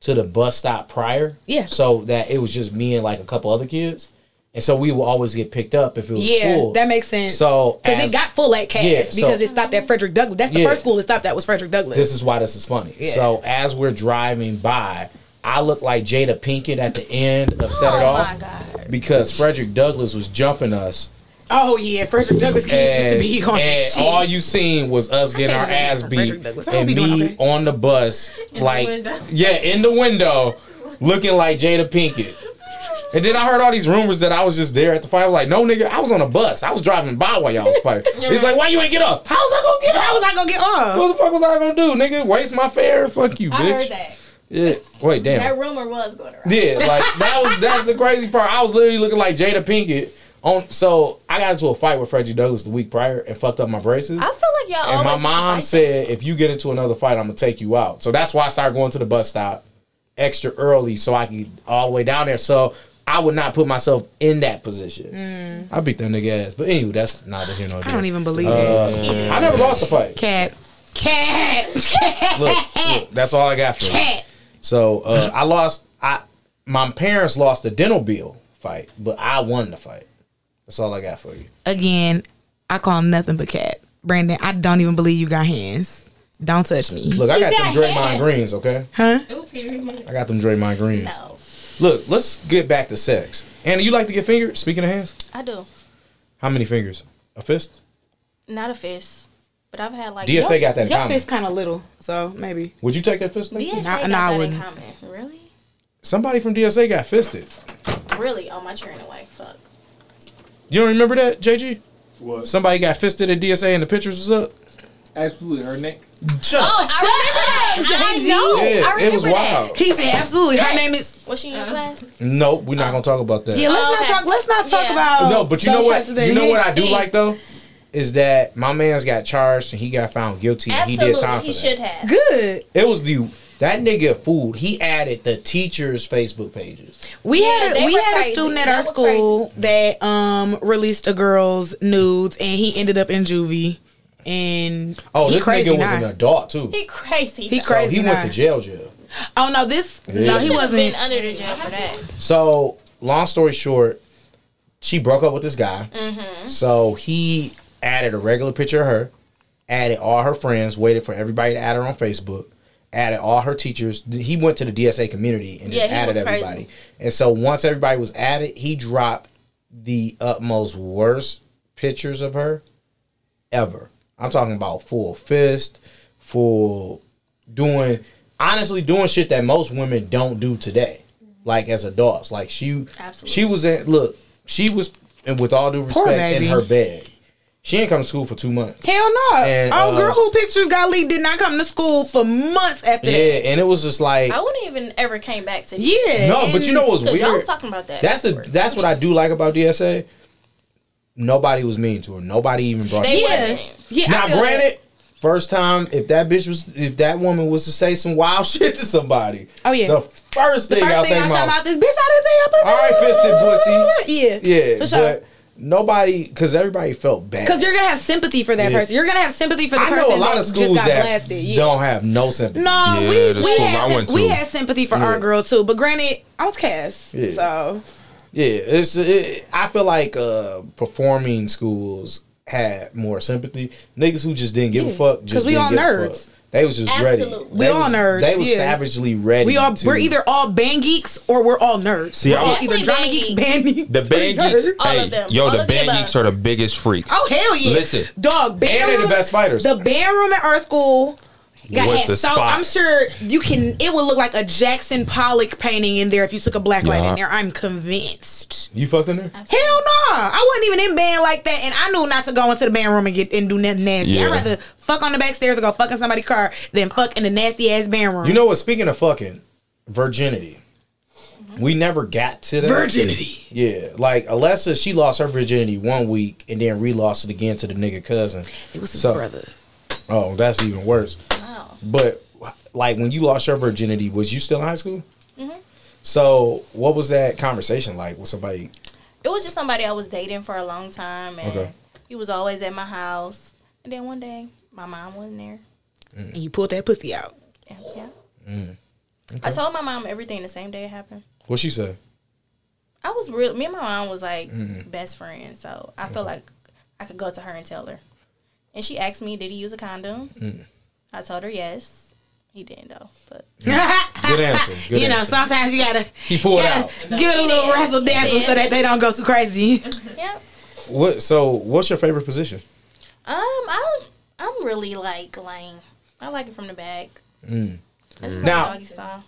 Speaker 2: to the bus stop prior.
Speaker 3: Yeah.
Speaker 2: So that it was just me and like a couple other kids, and so we would always get picked up if it was
Speaker 3: Yeah,
Speaker 2: full.
Speaker 3: that makes sense.
Speaker 2: So
Speaker 3: because
Speaker 2: as-
Speaker 3: it got full at Cass
Speaker 2: Yeah, so-
Speaker 3: because it stopped at Frederick Douglass. That's the
Speaker 2: Yeah.
Speaker 3: first school that stopped at was Frederick Douglass.
Speaker 2: This is why this is funny.
Speaker 3: Yeah.
Speaker 2: So as we're driving by, I look like Jada Pinkett at the end of Set It
Speaker 5: Oh
Speaker 2: Off
Speaker 5: my God.
Speaker 2: because Frederick Douglass was jumping us.
Speaker 3: oh yeah, Frederick Douglass kids used to be on some
Speaker 2: and
Speaker 3: shit.
Speaker 2: all you seen was us getting our ass beat
Speaker 3: Frederick Douglass. I hope
Speaker 2: and
Speaker 3: he
Speaker 2: me
Speaker 3: doing okay.
Speaker 2: on the bus, like
Speaker 5: window.
Speaker 2: yeah, in the window, looking like Jada Pinkett. And then I heard all these rumors that I was just there at the fight. I was like, no, nigga, I was on a bus. I was driving by while y'all was fighting. He's like, why you ain't get up? How was I gonna get
Speaker 3: How
Speaker 2: up?
Speaker 3: was I gonna get off?
Speaker 2: What the fuck was I gonna do, nigga? Waste my fare? Fuck you, bitch.
Speaker 5: I heard that.
Speaker 2: Yeah. Wait, damn.
Speaker 5: That rumor was going around.
Speaker 2: Yeah, like that was that's the crazy part. I was literally looking like Jada Pinkett on. So I got into a fight with Frederick Douglass the week prior and fucked up my braces.
Speaker 5: I feel like y'all
Speaker 2: and my
Speaker 5: always.
Speaker 2: mom said, if you get into another fight, I'm gonna take you out. So that's why I started going to the bus stop extra early so I could get all the way down there. So I would not put myself in that position. I beat that nigga ass. But anyway, that's neither here nor there.
Speaker 3: Mm. I don't even believe
Speaker 2: Uh,
Speaker 3: it.
Speaker 2: I never lost a fight.
Speaker 3: Cat, cat, cat,
Speaker 2: Look, look, that's all I got for you.
Speaker 3: cat.
Speaker 2: So uh, I lost. I my parents lost the dental bill fight, but I won the fight. That's all I got for you.
Speaker 3: again, I call him nothing but cat. Brandon, I don't even believe you got hands. Don't touch me.
Speaker 2: Look, I got them
Speaker 5: got
Speaker 2: Draymond
Speaker 5: hands.
Speaker 2: Greens. Okay,
Speaker 3: Huh?
Speaker 2: I got them Draymond Greens.
Speaker 5: No,
Speaker 2: Look, let's get back to sex. Anna, you like to get fingered? Speaking of hands,
Speaker 5: I do.
Speaker 2: how many fingers? A fist?
Speaker 5: Not a fist, but I've had like
Speaker 2: DSA got that in
Speaker 3: Your
Speaker 2: common.
Speaker 3: fist kind of little, so maybe.
Speaker 2: Would you take that fist? Link?
Speaker 5: DSA
Speaker 3: Nah,
Speaker 5: got
Speaker 3: nah, I
Speaker 5: that
Speaker 3: wouldn't.
Speaker 5: in common. Really?
Speaker 2: Somebody from DSA got fisted.
Speaker 5: Really? On my turn away. Fuck.
Speaker 2: You don't remember that, JG?
Speaker 6: What?
Speaker 2: Somebody got fisted at DSA and the pictures was up.
Speaker 6: Absolutely, her neck.
Speaker 2: Shut
Speaker 5: Oh,
Speaker 2: up.
Speaker 5: I remember that. I know. Oh, I
Speaker 2: Yeah,
Speaker 5: remember
Speaker 2: it was
Speaker 5: that. Uh-huh.
Speaker 2: wild.
Speaker 3: He said absolutely. Her name is.
Speaker 5: Was she in your class?
Speaker 2: Nope, we're not gonna talk about that.
Speaker 3: Yeah, let's
Speaker 5: Okay.
Speaker 3: not talk. Let's not talk
Speaker 5: Yeah.
Speaker 3: about.
Speaker 2: No, but you know
Speaker 3: Oh, those
Speaker 2: what?
Speaker 3: types of things.
Speaker 2: You know what I do
Speaker 5: Yeah.
Speaker 2: like though is that my man's got charged and he got found guilty and
Speaker 5: Absolutely,
Speaker 2: he did time for
Speaker 5: he
Speaker 2: that.
Speaker 5: should have.
Speaker 3: Good.
Speaker 2: It was the that nigga fooled. He added the teachers' Facebook pages.
Speaker 3: We
Speaker 5: Yeah,
Speaker 3: had a,
Speaker 5: they
Speaker 3: we
Speaker 5: were
Speaker 3: had a
Speaker 5: crazy.
Speaker 3: student at
Speaker 5: That
Speaker 3: our
Speaker 5: was
Speaker 3: school that um released a girl's nudes and he ended up in juvie. And
Speaker 2: Oh,
Speaker 3: he
Speaker 2: this
Speaker 3: crazy
Speaker 2: nigga was
Speaker 3: now.
Speaker 2: an adult too.
Speaker 5: He
Speaker 3: He
Speaker 5: crazy. though.
Speaker 2: so
Speaker 3: crazy
Speaker 2: he went
Speaker 3: now.
Speaker 2: to jail, jail.
Speaker 3: Oh no, this no
Speaker 2: Yeah.
Speaker 3: he
Speaker 5: Should've
Speaker 3: wasn't.
Speaker 5: been under the jail for that.
Speaker 2: So, long story short, she broke up with this guy.
Speaker 5: Mm-hmm.
Speaker 2: So he added a regular picture of her, added all her friends, waited for everybody to add her on Facebook, added all her teachers. He went to the DSA community and just
Speaker 5: Yeah, he
Speaker 2: added
Speaker 5: was crazy.
Speaker 2: everybody. And so once everybody was added, he dropped the utmost worst pictures of her ever. I'm talking about full fist, full doing honestly doing shit that most women don't do today. Like as adults, like she
Speaker 5: Absolutely.
Speaker 2: she was in look she was and with all due
Speaker 3: Poor
Speaker 2: respect in
Speaker 3: baby.
Speaker 2: her bed. She ain't come to school for two months.
Speaker 3: Hell no.
Speaker 2: And,
Speaker 3: oh,
Speaker 2: uh,
Speaker 3: girl who pictures got leaked did not come to school for months after
Speaker 2: Yeah,
Speaker 3: that.
Speaker 2: and it was just like
Speaker 5: I wouldn't even ever came back to that.
Speaker 3: Yeah.
Speaker 2: no, but
Speaker 3: and-
Speaker 2: you know what's
Speaker 5: Cause y'all
Speaker 2: weird?
Speaker 5: was talking about that.
Speaker 2: That's the
Speaker 5: afterwards.
Speaker 2: that's what I do like about DSA. Nobody was mean to her. Nobody even brought.
Speaker 5: They
Speaker 2: it up.
Speaker 3: Yeah.
Speaker 5: wasn't.
Speaker 3: Yeah. I
Speaker 2: Now,
Speaker 3: feel that.
Speaker 2: granted, first time if that bitch was if that woman was to say some wild shit to somebody.
Speaker 3: Oh, yeah.
Speaker 2: The first
Speaker 3: The
Speaker 2: thing I
Speaker 3: first thing
Speaker 2: think
Speaker 3: I shout
Speaker 2: about.
Speaker 3: out this bitch, I didn't say
Speaker 2: All right, fisted pussy.
Speaker 3: Yeah.
Speaker 2: Yeah,
Speaker 3: For sure.
Speaker 2: but nobody because everybody felt bad.
Speaker 3: Because you're gonna have sympathy for that
Speaker 2: Yeah.
Speaker 3: person. You're gonna have sympathy for the
Speaker 2: I know
Speaker 3: person
Speaker 2: a lot
Speaker 3: that
Speaker 2: of schools
Speaker 3: just got
Speaker 2: that
Speaker 3: blasted. Yeah.
Speaker 2: don't have no sympathy.
Speaker 3: No,
Speaker 4: Yeah,
Speaker 3: we
Speaker 4: the
Speaker 3: we
Speaker 4: schools
Speaker 3: had,
Speaker 4: I
Speaker 3: sym-
Speaker 4: went
Speaker 3: we
Speaker 4: to.
Speaker 3: had sympathy for
Speaker 2: Yeah.
Speaker 3: our girl too. But granted, I was cast.
Speaker 2: Yeah.
Speaker 3: So
Speaker 2: Yeah, it's it, I feel like uh performing schools had more sympathy. Niggas who just din't give
Speaker 3: Yeah,
Speaker 2: a fuck just
Speaker 3: 'cause we
Speaker 2: didn't
Speaker 3: all
Speaker 2: give a
Speaker 3: nerds.
Speaker 2: fuck. They was just ready.
Speaker 5: Absolutely.
Speaker 2: They
Speaker 3: We
Speaker 2: was,
Speaker 3: all nerds,
Speaker 2: They was
Speaker 3: yeah.
Speaker 2: savagely ready.
Speaker 3: we all
Speaker 2: to-
Speaker 3: we're either all band geeks or we're all nerds.
Speaker 4: See,
Speaker 3: we're
Speaker 4: I
Speaker 3: all
Speaker 4: was-
Speaker 3: either drama geeks,
Speaker 5: Definitely
Speaker 3: band geeks.
Speaker 4: The band
Speaker 3: or
Speaker 4: geeks,
Speaker 3: nerds.
Speaker 5: All
Speaker 4: hey,
Speaker 5: of them.
Speaker 4: yo,
Speaker 5: All
Speaker 4: the
Speaker 5: of the
Speaker 4: band
Speaker 5: above.
Speaker 4: geeks are the biggest freaks.
Speaker 3: Oh hell yeah!
Speaker 4: Listen.
Speaker 3: dog, band
Speaker 2: And they're the
Speaker 3: room-
Speaker 2: best fighters.
Speaker 3: The band room at our school got
Speaker 4: Was
Speaker 3: had
Speaker 4: the
Speaker 3: so
Speaker 4: spot.
Speaker 3: I'm sure you can. It would look like a Jackson Pollock painting in there if you took a black light
Speaker 4: Yeah.
Speaker 3: in there. I'm convinced.
Speaker 2: you fucked in there.
Speaker 3: Hell no! I wasn't even in band like that, and I knew not to go into the band room and get and do nothing nasty.
Speaker 4: Yeah.
Speaker 3: I'd rather fuck on the back stairs or go fuck in somebody's car than fuck in the nasty ass band room.
Speaker 2: You know what? Speaking of fucking virginity, we never got to that.
Speaker 3: virginity.
Speaker 2: Yeah, like Alessa, she lost her virginity one week and then relost it again to the nigga cousin.
Speaker 3: It was his
Speaker 2: So-
Speaker 3: brother.
Speaker 2: Oh, that's even worse.
Speaker 5: Wow.
Speaker 2: But like when you lost your virginity, was you still in high school?
Speaker 5: Mm-hmm.
Speaker 2: So what was that conversation like with somebody?
Speaker 5: It was just somebody I was dating for a long time, and
Speaker 2: Okay.
Speaker 5: he was always at my house. And then one day, my mom wasn't there.
Speaker 3: And you pulled that pussy out.
Speaker 5: And, yeah.
Speaker 2: Mm.
Speaker 5: I told my mom everything the same day it happened.
Speaker 2: What she said?
Speaker 5: I was real. Me and my mom was like
Speaker 2: Mm-hmm.
Speaker 5: best friends, so I feel like I could go to her and tell her. And she asked me, "Did he use a condom?"
Speaker 2: Mm.
Speaker 5: I told her yes. He didn't though, but
Speaker 2: Good answer. Good
Speaker 3: you know,
Speaker 2: answer.
Speaker 3: sometimes you gotta
Speaker 2: He pulled
Speaker 3: gotta
Speaker 2: out.
Speaker 3: give it a little razzle dazzle so that they don't go too crazy.
Speaker 5: yeah.
Speaker 2: What? So what's your favorite position?
Speaker 5: Um, I I'm really like lame. I like it from the back. It's like
Speaker 2: Mm. Now-
Speaker 5: doggy style.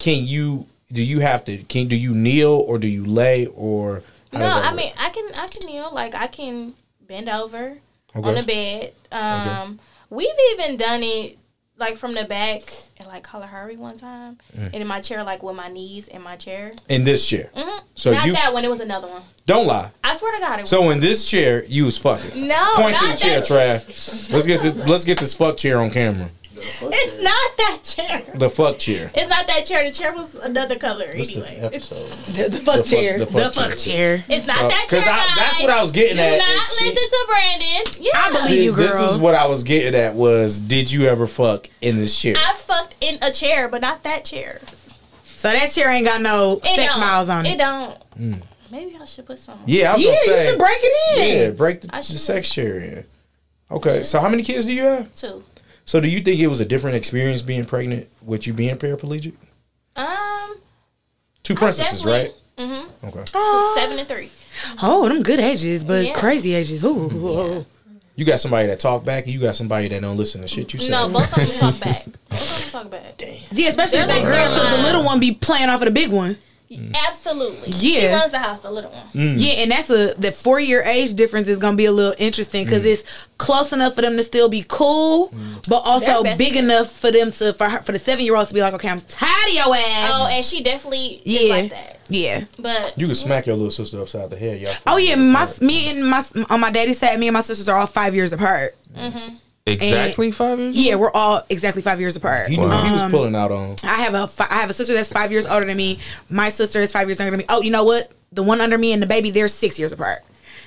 Speaker 2: Can you? Do you have to? Can do you kneel or do you lay or? how
Speaker 5: No,
Speaker 2: does that
Speaker 5: I
Speaker 2: work?
Speaker 5: mean I can I can kneel like I can bend over on
Speaker 2: Okay.
Speaker 5: the bed. Um, we've even done it like from the back at like Kalahari one time, and in my chair like with my knees in my chair.
Speaker 2: in this chair.
Speaker 5: Mhm.
Speaker 2: So
Speaker 5: not
Speaker 2: you-
Speaker 5: that one. It was another one.
Speaker 2: Don't lie.
Speaker 5: I swear to God, it
Speaker 2: So in this chair, you was fucking.
Speaker 5: was. No,
Speaker 2: Point
Speaker 5: not
Speaker 2: to the chair,
Speaker 5: that,
Speaker 2: Trav. Let's get this, let's get this fuck chair on camera.
Speaker 5: It's not that chair.
Speaker 2: The fuck chair.
Speaker 5: It's not that chair. The chair was another color anyway.
Speaker 3: The, the fuck chair.
Speaker 2: the
Speaker 3: The
Speaker 2: fuck
Speaker 3: fuck,
Speaker 2: chair.
Speaker 3: chair.
Speaker 5: It's not that chair,
Speaker 2: Because
Speaker 5: guys.
Speaker 2: that's what I was getting
Speaker 5: Do
Speaker 2: at.
Speaker 5: not
Speaker 2: and
Speaker 5: listen
Speaker 2: shit.
Speaker 5: to Brandon. Yeah.
Speaker 3: I believe you, girl.
Speaker 2: This is what I was getting at was did you ever fuck in this chair?
Speaker 5: I fucked in a chair, but not that chair.
Speaker 3: so that chair ain't got no
Speaker 5: It
Speaker 3: sex
Speaker 5: don't.
Speaker 3: miles on
Speaker 5: It
Speaker 3: it.
Speaker 5: don't.
Speaker 2: Mm.
Speaker 5: Maybe I should put some.
Speaker 2: yeah, I was
Speaker 3: Yeah,
Speaker 2: gonna
Speaker 3: you
Speaker 2: say.
Speaker 3: should break it in.
Speaker 2: yeah, break the,
Speaker 5: I
Speaker 2: the
Speaker 5: should.
Speaker 2: sex chair in. Okay, so how many kids do you have?
Speaker 5: too.
Speaker 2: So do you think it was a different experience being pregnant with you being paraplegic?
Speaker 5: Um,
Speaker 2: Two princesses, right?
Speaker 5: definitely- mhm.
Speaker 2: Okay.
Speaker 3: Ah.
Speaker 5: Two, seven and three.
Speaker 3: Oh, them good ages, but
Speaker 5: Yeah.
Speaker 3: crazy ages. Ooh, ooh, ooh.
Speaker 2: You got somebody that talk back, and you got somebody that don't listen to shit you say.
Speaker 5: No, both of them talk back. Both of them talk back.
Speaker 3: Yeah, especially if they
Speaker 5: They're
Speaker 3: girls, because the
Speaker 5: like-
Speaker 3: little one be playing off of the big one.
Speaker 5: Mm. Absolutely. She
Speaker 3: Yeah.
Speaker 5: runs the house, the little one.
Speaker 3: Yeah, and that's a the four year age difference is gonna be a little interesting because it's close enough for them to still be cool, but also
Speaker 5: They're best
Speaker 3: big
Speaker 5: friends.
Speaker 3: enough for them to for her, for the seven year olds to be like, okay, I'm tired of your ass.
Speaker 5: Oh, and she definitely is
Speaker 3: Yeah.
Speaker 5: like that.
Speaker 3: Yeah.
Speaker 5: But
Speaker 2: You can smack your little sister upside the head, y'all.
Speaker 3: Oh yeah, my me and my on my daddy's side, me and my sisters are all five years apart.
Speaker 4: Exactly five years.
Speaker 3: Yeah, we're all exactly five years apart.
Speaker 2: You knew what he was pulling out on.
Speaker 3: I have a fi- I have a sister that's five years older than me. My sister is five years younger than me. Oh, you know what? The one under me and the baby, they're six years apart.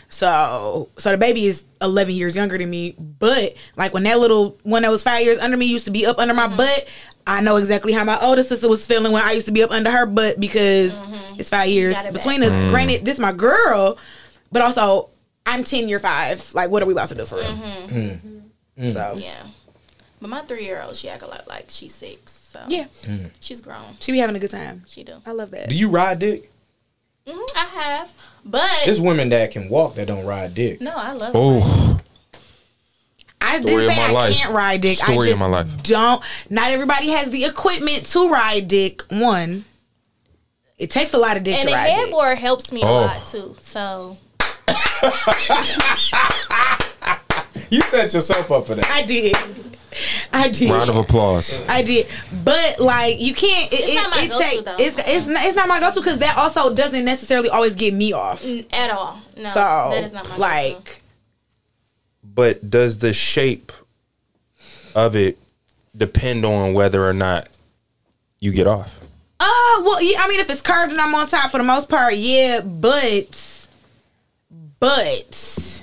Speaker 3: So, so the baby is eleven years younger than me. But like when that little one that was five years under me used to be up under
Speaker 5: Mm-hmm.
Speaker 3: my butt, I know exactly how my older sister was feeling when I used to be up under her butt because it's five years
Speaker 5: Mm-hmm. got it
Speaker 3: between us.
Speaker 2: Mm.
Speaker 3: Granted, this my girl, but also I'm ten, you're five. Like, what are we about to do for real?
Speaker 5: Mm-hmm.
Speaker 2: Mm.
Speaker 3: So, yeah.
Speaker 5: yeah, but my three year old, she act a lot like she's six. So she's grown.
Speaker 3: she be having a good time.
Speaker 5: She do.
Speaker 3: I love that.
Speaker 2: Do you ride dick?
Speaker 5: hmm I have, but
Speaker 2: There's women that can walk that don't ride dick.
Speaker 5: no, I love. mine.
Speaker 4: Oh,
Speaker 3: I
Speaker 4: Story
Speaker 3: didn't
Speaker 4: of
Speaker 3: say
Speaker 4: my
Speaker 3: I
Speaker 4: life.
Speaker 3: can't ride dick. I just
Speaker 4: Story of my life.
Speaker 3: don't. Not everybody has the equipment to ride dick. One, it takes a lot of dick
Speaker 5: and
Speaker 3: to
Speaker 5: the
Speaker 3: ride dick.
Speaker 5: headboard helps me a
Speaker 4: Oh.
Speaker 5: lot too. So
Speaker 2: You set yourself up for that.
Speaker 3: I did. I did.
Speaker 4: round of applause.
Speaker 3: I did, but like you can't. It,
Speaker 5: It's
Speaker 3: it,
Speaker 5: not my
Speaker 3: it
Speaker 5: go-to,
Speaker 3: take-
Speaker 5: though.
Speaker 3: It's it's not, it's not my go-to because that also doesn't necessarily always get me off.
Speaker 5: n- at all, no,
Speaker 3: so
Speaker 5: that is not my
Speaker 3: like
Speaker 5: go-to.
Speaker 4: But does the shape of it depend on whether or not you get off?
Speaker 3: Uh, well, yeah. I mean, if it's curved and I'm on top for the most part, yeah. But, but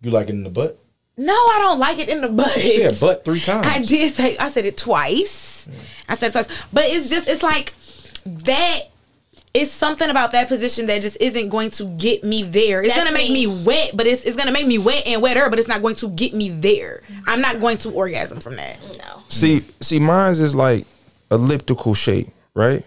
Speaker 2: You like it in the butt?
Speaker 3: no, I don't like it in the butt.
Speaker 2: Yeah, butt three times.
Speaker 3: I did say I said it twice. I said it twice, but it's just it's like that. It's something about that position that just isn't going to get me there. It's
Speaker 5: That's
Speaker 3: gonna make
Speaker 5: me.
Speaker 3: me. wet, but it's it's gonna make me wet and wetter, but it's not going to get me there. I'm not going to orgasm from that.
Speaker 5: No,
Speaker 4: See, see, mine's is like elliptical shape, right?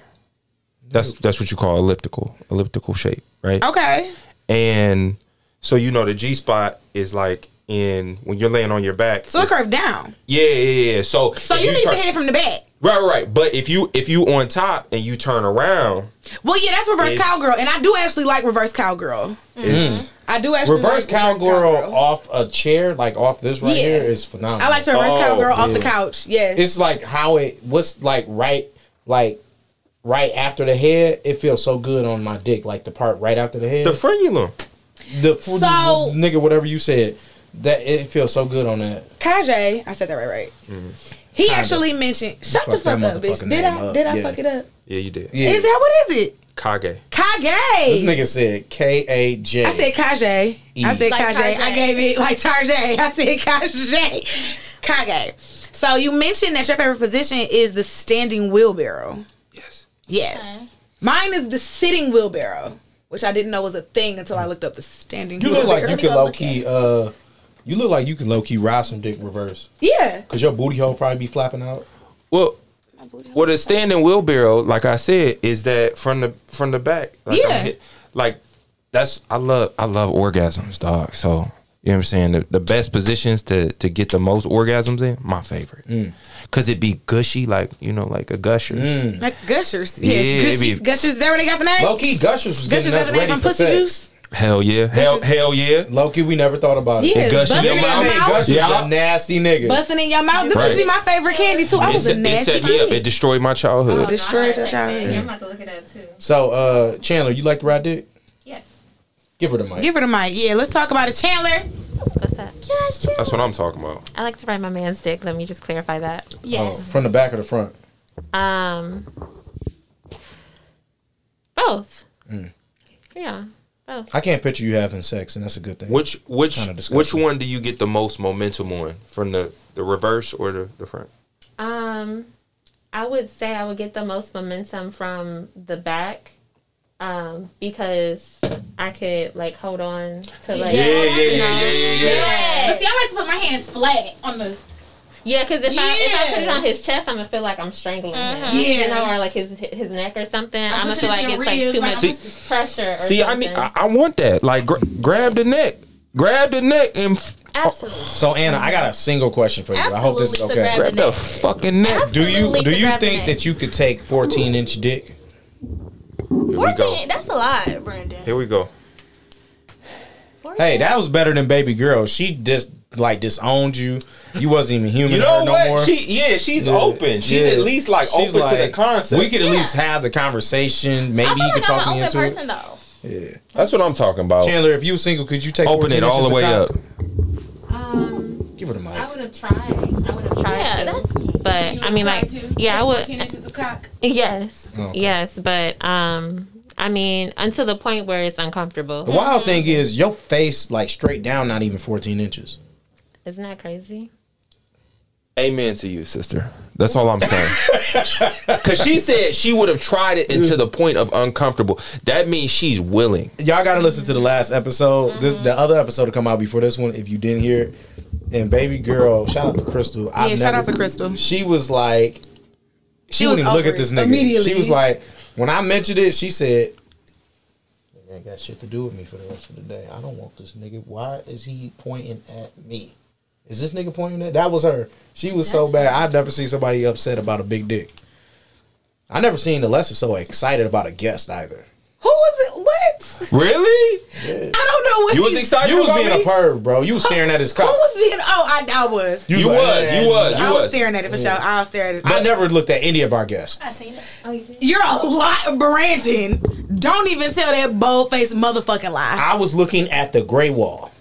Speaker 4: That's that's what you call elliptical, elliptical shape, right?
Speaker 3: Okay.
Speaker 4: And so you know the G spot is like in when you're laying on your back.
Speaker 3: So it
Speaker 4: it's-
Speaker 3: curved down.
Speaker 4: yeah, yeah, yeah. So
Speaker 3: So
Speaker 4: if
Speaker 3: you need
Speaker 4: turn-
Speaker 3: to hit it from the back.
Speaker 4: right, right, right. But if you if you on top and you turn around,
Speaker 3: Well, yeah, that's reverse
Speaker 4: It's-
Speaker 3: cowgirl, and I do actually like reverse cowgirl.
Speaker 4: it's
Speaker 3: I do actually
Speaker 2: Reverse
Speaker 3: like
Speaker 2: cowgirl off a chair, like off this right
Speaker 3: Yeah.
Speaker 2: here, is phenomenal.
Speaker 3: I like to reverse
Speaker 4: Oh,
Speaker 3: cowgirl off the
Speaker 4: yeah.
Speaker 3: couch. Yes.
Speaker 2: It's like how it what's like right like right after the head. It feels so good on my dick, like the part right after the head.
Speaker 4: the frenulum.
Speaker 2: The f-
Speaker 3: So-
Speaker 2: nigga, whatever you said, that it feels so good on that.
Speaker 3: Kajay, I said that right, right. He actually mentioned. Shut the
Speaker 2: Mm-hmm. Fuck that
Speaker 3: fuck up,
Speaker 2: motherfucking
Speaker 3: bitch. Did
Speaker 2: name
Speaker 3: I
Speaker 2: up,
Speaker 3: did I
Speaker 2: yeah.
Speaker 3: fuck it up?
Speaker 4: Yeah, you did.
Speaker 2: Yeah,
Speaker 3: Is that what is it?
Speaker 4: Kage.
Speaker 2: this
Speaker 3: Kage.
Speaker 2: nigga E. said K A J.
Speaker 3: I said Kajay. I said
Speaker 5: Like
Speaker 3: Kajay. I
Speaker 5: Kajay.
Speaker 3: gave it like Tarjay. I said Kajay. Kage. So you mentioned that your favorite position is the standing wheelbarrow.
Speaker 4: Yes.
Speaker 3: Yes.
Speaker 5: Okay.
Speaker 3: Mine is the sitting wheelbarrow, which I didn't know was a thing until I looked up the standing
Speaker 2: you look
Speaker 3: wheelbarrow.
Speaker 2: like you can low key. Uh, you look like you can low key ride some dick reverse
Speaker 3: yeah.
Speaker 2: because your booty hole probably be flapping out.
Speaker 4: Well, well, the standing wheelbarrow, like I said, is that from the from the back. Like I'm
Speaker 3: Yeah.
Speaker 4: hit- like that's I love I love orgasms, dog. So you know what I'm saying? The, the best positions to to get the most orgasms in, my favorite, cause it be gushy, like you know, like a gushers.
Speaker 3: Like Gushers.
Speaker 4: Yeah,
Speaker 3: Yes.
Speaker 4: it
Speaker 3: Gushy,
Speaker 4: be-
Speaker 3: Gushers. Is that where they got the name?
Speaker 2: Low key, Gushers was getting
Speaker 3: Gushers got
Speaker 2: us
Speaker 3: the name
Speaker 2: ready
Speaker 3: from
Speaker 2: for
Speaker 3: Pussy
Speaker 2: sex.
Speaker 3: Juice?
Speaker 4: Hell yeah, hell hell yeah.
Speaker 2: Low key, we never thought about it.
Speaker 3: Yeah.
Speaker 4: It gushes
Speaker 3: Busting
Speaker 4: your
Speaker 3: in
Speaker 4: mouth.
Speaker 3: your mouth.
Speaker 2: Gushers
Speaker 4: Yeah.
Speaker 2: a nasty nigga.
Speaker 3: Busting in your mouth. This
Speaker 4: Right.
Speaker 3: must be my favorite candy, too. I
Speaker 4: It
Speaker 3: was a
Speaker 4: set, it
Speaker 3: nasty
Speaker 4: set me up. It
Speaker 3: kid.
Speaker 4: destroyed my childhood.
Speaker 3: Oh, Destroyed your childhood.
Speaker 7: Yeah, I'm about to look at that too.
Speaker 2: So, uh, Chandler, you like to ride dick?
Speaker 7: Yeah.
Speaker 2: Give her the mic.
Speaker 3: Give her the mic. Yeah, let's talk about it. Chandler.
Speaker 7: What's up?
Speaker 4: That's what I'm talking about.
Speaker 7: I like to ride my man's dick. Let me just clarify that.
Speaker 5: yes,
Speaker 2: Oh,
Speaker 4: oh.
Speaker 2: From the back or the front?
Speaker 7: Um, both. Yeah, both.
Speaker 2: I can't picture you having sex, and that's a good thing.
Speaker 4: Which which
Speaker 2: kinda disgusting.
Speaker 4: which one do you get the most momentum on from the the reverse or the, the front?
Speaker 7: Um, I would say I would get the most momentum from the back, um, because I could like hold on to like
Speaker 4: Yeah,
Speaker 3: Oh,
Speaker 4: yeah, yeah, yeah, yeah, yeah.
Speaker 3: But see, I like to put my hands flat on the.
Speaker 7: Yeah, because if I if I put it
Speaker 3: Yeah. Mm-hmm.
Speaker 7: on his chest, I'm gonna feel like I'm strangling him.
Speaker 3: Yeah.
Speaker 7: you know, or like his his neck or something. I'm, gonna
Speaker 3: pushing
Speaker 7: feel like
Speaker 3: his
Speaker 7: it's
Speaker 3: ribs,
Speaker 7: like too
Speaker 3: like,
Speaker 7: much
Speaker 3: I'm
Speaker 7: pressure. Or
Speaker 4: See, I
Speaker 7: something.
Speaker 4: need, I, I want that. Like, gra- grab the neck, grab the neck, and f-
Speaker 5: absolutely.
Speaker 2: So, Anna, I got a single question for you. I hope this is
Speaker 5: Absolutely, to
Speaker 2: okay.
Speaker 5: grab
Speaker 4: grab the fucking neck.
Speaker 2: Do you
Speaker 5: Absolutely
Speaker 2: do
Speaker 5: to
Speaker 2: you
Speaker 5: grab the
Speaker 2: think
Speaker 5: neck.
Speaker 2: that you could take 14 inch dick?
Speaker 4: Here we go.
Speaker 5: Fourteen. That's a lot, Brandon.
Speaker 4: Here we go.
Speaker 2: Hey, that was better than baby girl. She just like disowned you. You wasn't even human
Speaker 8: You
Speaker 2: to
Speaker 8: know
Speaker 2: her no
Speaker 8: what?
Speaker 2: more.
Speaker 8: She yeah, she's
Speaker 2: Yeah.
Speaker 8: open. She's
Speaker 2: Yeah.
Speaker 8: at least like
Speaker 2: She's
Speaker 8: open to the
Speaker 2: like,
Speaker 8: concept.
Speaker 2: We could at
Speaker 5: Yeah.
Speaker 2: least have the conversation. Maybe
Speaker 5: I feel
Speaker 2: you could
Speaker 5: like
Speaker 2: talk
Speaker 5: I'm
Speaker 2: me
Speaker 5: an open
Speaker 2: into
Speaker 5: person though.
Speaker 2: it.
Speaker 4: That's what I'm talking about.
Speaker 2: Yeah. Chandler, if you were single, could you take
Speaker 8: Oh. open
Speaker 2: 14
Speaker 8: it all
Speaker 2: inches
Speaker 8: the
Speaker 2: of
Speaker 8: way
Speaker 2: cock?
Speaker 8: up.
Speaker 7: Um,
Speaker 2: Give her the
Speaker 7: I
Speaker 2: mic.
Speaker 7: would have tried. I would have tried.
Speaker 5: Yeah,
Speaker 7: to,
Speaker 5: that's
Speaker 7: But I mean, like, yeah, I
Speaker 3: Ten
Speaker 7: would.
Speaker 3: inches of cock.
Speaker 7: Yes,
Speaker 2: Okay.
Speaker 7: yes, but um, I mean, until the point where it's uncomfortable.
Speaker 2: The wild thing is your face, like straight down, not even 14 inches.
Speaker 7: Isn't that crazy?
Speaker 4: Amen to you, sister. That's all I'm saying. Because she said she would have tried it until the point of uncomfortable. That means she's willing.
Speaker 2: Y'all gotta listen to the last episode. This, the
Speaker 5: Mm-hmm.
Speaker 2: other episode to come out before this one, if you didn't hear it. And baby girl, shout out to Crystal. Yeah,
Speaker 3: Yeah, shout out to Crystal.
Speaker 2: She was like, she,
Speaker 3: was
Speaker 2: wouldn't even look
Speaker 3: over
Speaker 2: at this
Speaker 3: it
Speaker 2: nigga.
Speaker 3: immediately.
Speaker 2: She was like, when I mentioned it, she said, "Nigga ain't got shit to do with me for the rest of the day. I don't want this nigga. Why is he pointing at me? Is this nigga pointing at? That was her. She was so
Speaker 5: That's
Speaker 2: bad. I've never seen somebody upset about a big dick. I never seen Alessa so excited about a guest either.
Speaker 3: Who was it? What?
Speaker 4: Really?
Speaker 3: I don't know what
Speaker 4: You was
Speaker 3: he-
Speaker 4: excited
Speaker 2: You was
Speaker 4: about
Speaker 2: being
Speaker 4: me?
Speaker 2: a perv, bro. You was staring at his
Speaker 3: Who
Speaker 2: cock.
Speaker 3: was being? Oh, I, I was.
Speaker 2: like,
Speaker 4: You was,
Speaker 2: "Yeah."
Speaker 4: you was, you
Speaker 3: I was
Speaker 4: was.
Speaker 3: staring at it for sure. I was staring at it.
Speaker 2: I never looked at any of our guests.
Speaker 5: I seen it.
Speaker 3: You're a lot, Brandon. Don't even tell that bold faced motherfucking lie.
Speaker 2: I was looking at the gray wall.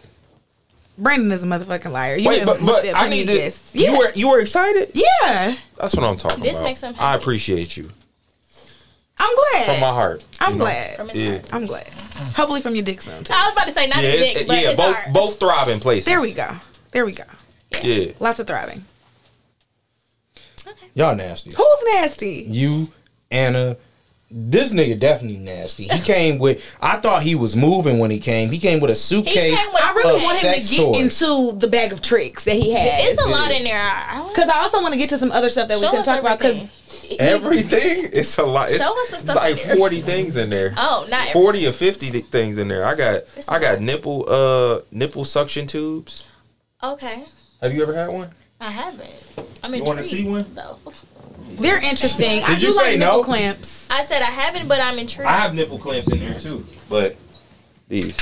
Speaker 3: Brandon is a motherfucking liar. You
Speaker 4: Wait,
Speaker 3: haven't
Speaker 4: but,
Speaker 3: looked
Speaker 4: but
Speaker 3: at
Speaker 4: I
Speaker 3: plenty
Speaker 4: need
Speaker 3: of
Speaker 4: to.
Speaker 3: guests.
Speaker 4: You
Speaker 3: Yeah.
Speaker 4: were you were excited.
Speaker 3: yeah.
Speaker 4: That's what I'm talking
Speaker 5: This
Speaker 4: about.
Speaker 5: makes him
Speaker 4: I
Speaker 5: happy.
Speaker 4: appreciate you
Speaker 3: I'm glad.
Speaker 4: from my heart.
Speaker 3: I'm
Speaker 4: you know?
Speaker 3: glad.
Speaker 5: From his
Speaker 4: Yeah.
Speaker 5: heart.
Speaker 3: I'm glad. Hopefully from your dick soon. too.
Speaker 5: I was about to say not
Speaker 4: Yeah,
Speaker 5: his dick,
Speaker 4: it's,
Speaker 5: but
Speaker 4: yeah.
Speaker 5: his
Speaker 4: Both
Speaker 5: heart.
Speaker 4: both thriving places.
Speaker 3: There we go. There we go.
Speaker 4: Yeah.
Speaker 3: Lots of thriving.
Speaker 2: Y'all nasty.
Speaker 3: Who's nasty?
Speaker 2: you, Anna. This nigga definitely nasty. He came with. I thought he was moving when he came. He came with a suitcase.
Speaker 5: came with-
Speaker 3: I really
Speaker 2: Of
Speaker 3: want him
Speaker 2: sex
Speaker 3: to get
Speaker 2: toys.
Speaker 3: into the bag of tricks that he has.
Speaker 5: It's a lot in there. I, I
Speaker 3: Because I also want to get to some other stuff that
Speaker 5: Show
Speaker 3: we can
Speaker 5: us
Speaker 3: talk about. Because
Speaker 5: everything.
Speaker 4: Everything. It's a lot. It's,
Speaker 5: Show us the
Speaker 4: it's
Speaker 5: stuff
Speaker 4: like
Speaker 5: in there.
Speaker 4: forty things in there.
Speaker 5: Oh, not every-
Speaker 4: forty or fifty th- things in there. I got
Speaker 5: It's
Speaker 4: I
Speaker 5: a
Speaker 4: got
Speaker 5: lot.
Speaker 4: nipple uh nipple suction tubes.
Speaker 5: okay.
Speaker 4: Have you ever had one?
Speaker 5: I haven't. I'm
Speaker 4: You wanna
Speaker 5: intrigued.
Speaker 4: see one?
Speaker 5: Though
Speaker 3: they're interesting. I
Speaker 2: Did you
Speaker 3: do
Speaker 2: say
Speaker 3: like nipple
Speaker 2: no?
Speaker 3: clamps.
Speaker 5: I said I haven't, but I'm intrigued.
Speaker 4: I have nipple clamps in there too, but these.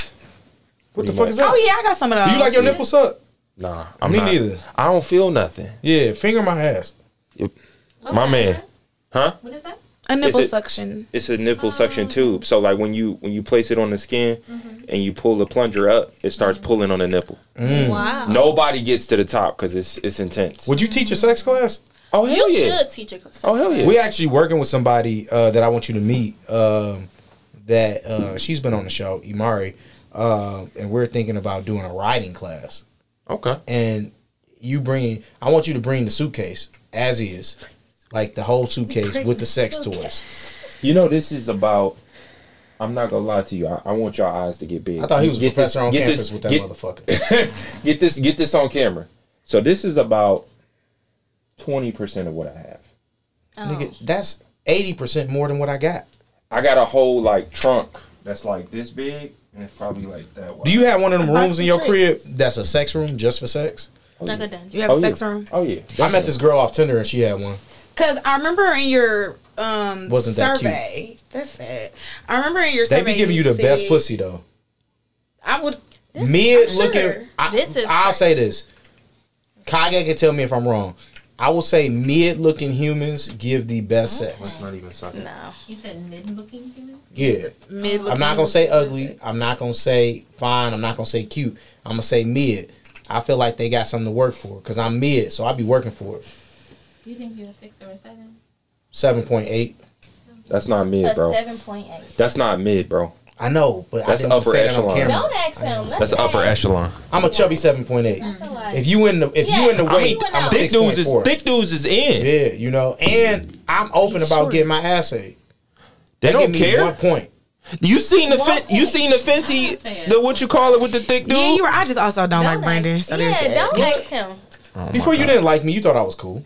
Speaker 2: What the fuck is that?
Speaker 3: Oh yeah, I got some of those.
Speaker 2: Do you like your nipples up?
Speaker 4: Nah, I'm
Speaker 2: Me
Speaker 4: not-
Speaker 2: neither.
Speaker 4: I don't feel nothing.
Speaker 2: Yeah, finger my ass.
Speaker 4: My man, huh?
Speaker 7: What is that?
Speaker 3: a nipple
Speaker 4: it-
Speaker 3: suction?
Speaker 4: It's a nipple
Speaker 5: Oh.
Speaker 4: suction tube. So like when you when you place it on the skin
Speaker 5: Mm-hmm.
Speaker 4: and you pull the plunger up, it starts pulling on the nipple. Mm.
Speaker 5: Wow.
Speaker 4: Nobody gets to the top because it's it's intense.
Speaker 2: Would you teach a sex class?
Speaker 4: oh
Speaker 5: You
Speaker 4: hell yeah!
Speaker 5: should teach a class.
Speaker 4: Oh hell yeah!
Speaker 2: We actually working with somebody uh, that I want you to meet. Um, that uh, she's been on the show, Imari, uh, and we're thinking about doing a riding class.
Speaker 4: okay.
Speaker 2: and you bring I want you to bring the suitcase as is. Like the whole suitcase with the sex toys.
Speaker 4: You know this is about. I'm not gonna lie to you. I, I want your eyes to get big.
Speaker 2: I thought he was a
Speaker 4: Get
Speaker 2: professor
Speaker 4: this-
Speaker 2: on
Speaker 4: get
Speaker 2: campus
Speaker 4: this-
Speaker 2: with that
Speaker 4: get-
Speaker 2: motherfucker.
Speaker 4: Get this. Get this on camera. So this is about twenty percent of what I have.
Speaker 5: Oh,
Speaker 2: Nigga, that's eighty percent more than what I got.
Speaker 4: I got a whole like trunk that's like this big and it's probably like that wide.
Speaker 2: Do you have one of them
Speaker 3: About
Speaker 2: rooms in your
Speaker 3: the
Speaker 2: crib that's a sex room just for sex?
Speaker 5: Like a dungeon.
Speaker 3: You have a sex room?
Speaker 4: Oh yeah.
Speaker 2: I met this girl off Tinder and she had one.
Speaker 3: Because I remember in your um
Speaker 2: Wasn't that cute.
Speaker 3: survey. That's sad. I remember in your
Speaker 2: They
Speaker 3: survey.
Speaker 2: be giving you the best
Speaker 3: said-
Speaker 2: pussy though.
Speaker 3: I would.
Speaker 5: This-
Speaker 2: Me
Speaker 5: I'm sure.
Speaker 2: looking I,
Speaker 5: This is
Speaker 2: I'll say this. Kage can tell me if I'm wrong. I will say mid looking humans give the best sex.
Speaker 4: not even sucking.
Speaker 5: no.
Speaker 7: You said mid-looking human.
Speaker 2: Yeah.
Speaker 3: Mid
Speaker 2: I'm not gonna say ugly. I'm not gonna say fine. I'm not gonna say cute. I'm gonna say mid. I feel like they got something to work for because I'm mid, so I be working for it.
Speaker 7: You think you're a six or a seven?
Speaker 2: Seven point eight.
Speaker 4: That's not mid,
Speaker 5: A
Speaker 4: bro.
Speaker 5: seven point eight.
Speaker 4: That's not mid, bro.
Speaker 2: I know, but
Speaker 4: That's
Speaker 2: I didn't wanna
Speaker 4: upper
Speaker 2: say that
Speaker 4: echelon.
Speaker 2: on camera.
Speaker 5: Don't ask him.
Speaker 4: That's upper echelon.
Speaker 2: I'm a chubby seven point eight. If
Speaker 5: If
Speaker 2: you in the if you in the
Speaker 5: Mm. Yeah,
Speaker 2: weight,
Speaker 5: I'm
Speaker 2: I'm a
Speaker 5: out.
Speaker 2: six point four.
Speaker 4: dudes is in.
Speaker 2: Yeah, you know, and I'm open
Speaker 3: He's
Speaker 2: about
Speaker 3: short.
Speaker 2: getting my ass ate.
Speaker 4: They
Speaker 2: Give me One point.
Speaker 4: You seen the
Speaker 5: One
Speaker 4: Fen- you seen the Fenty
Speaker 7: saying.
Speaker 4: the what you call it with the thick dude?
Speaker 3: Yeah, you were. I just also don't, like
Speaker 5: ask-
Speaker 3: Brandon. So
Speaker 5: yeah,
Speaker 3: there's that.
Speaker 5: don't ask him
Speaker 2: Before you didn't like me, you thought I was cool.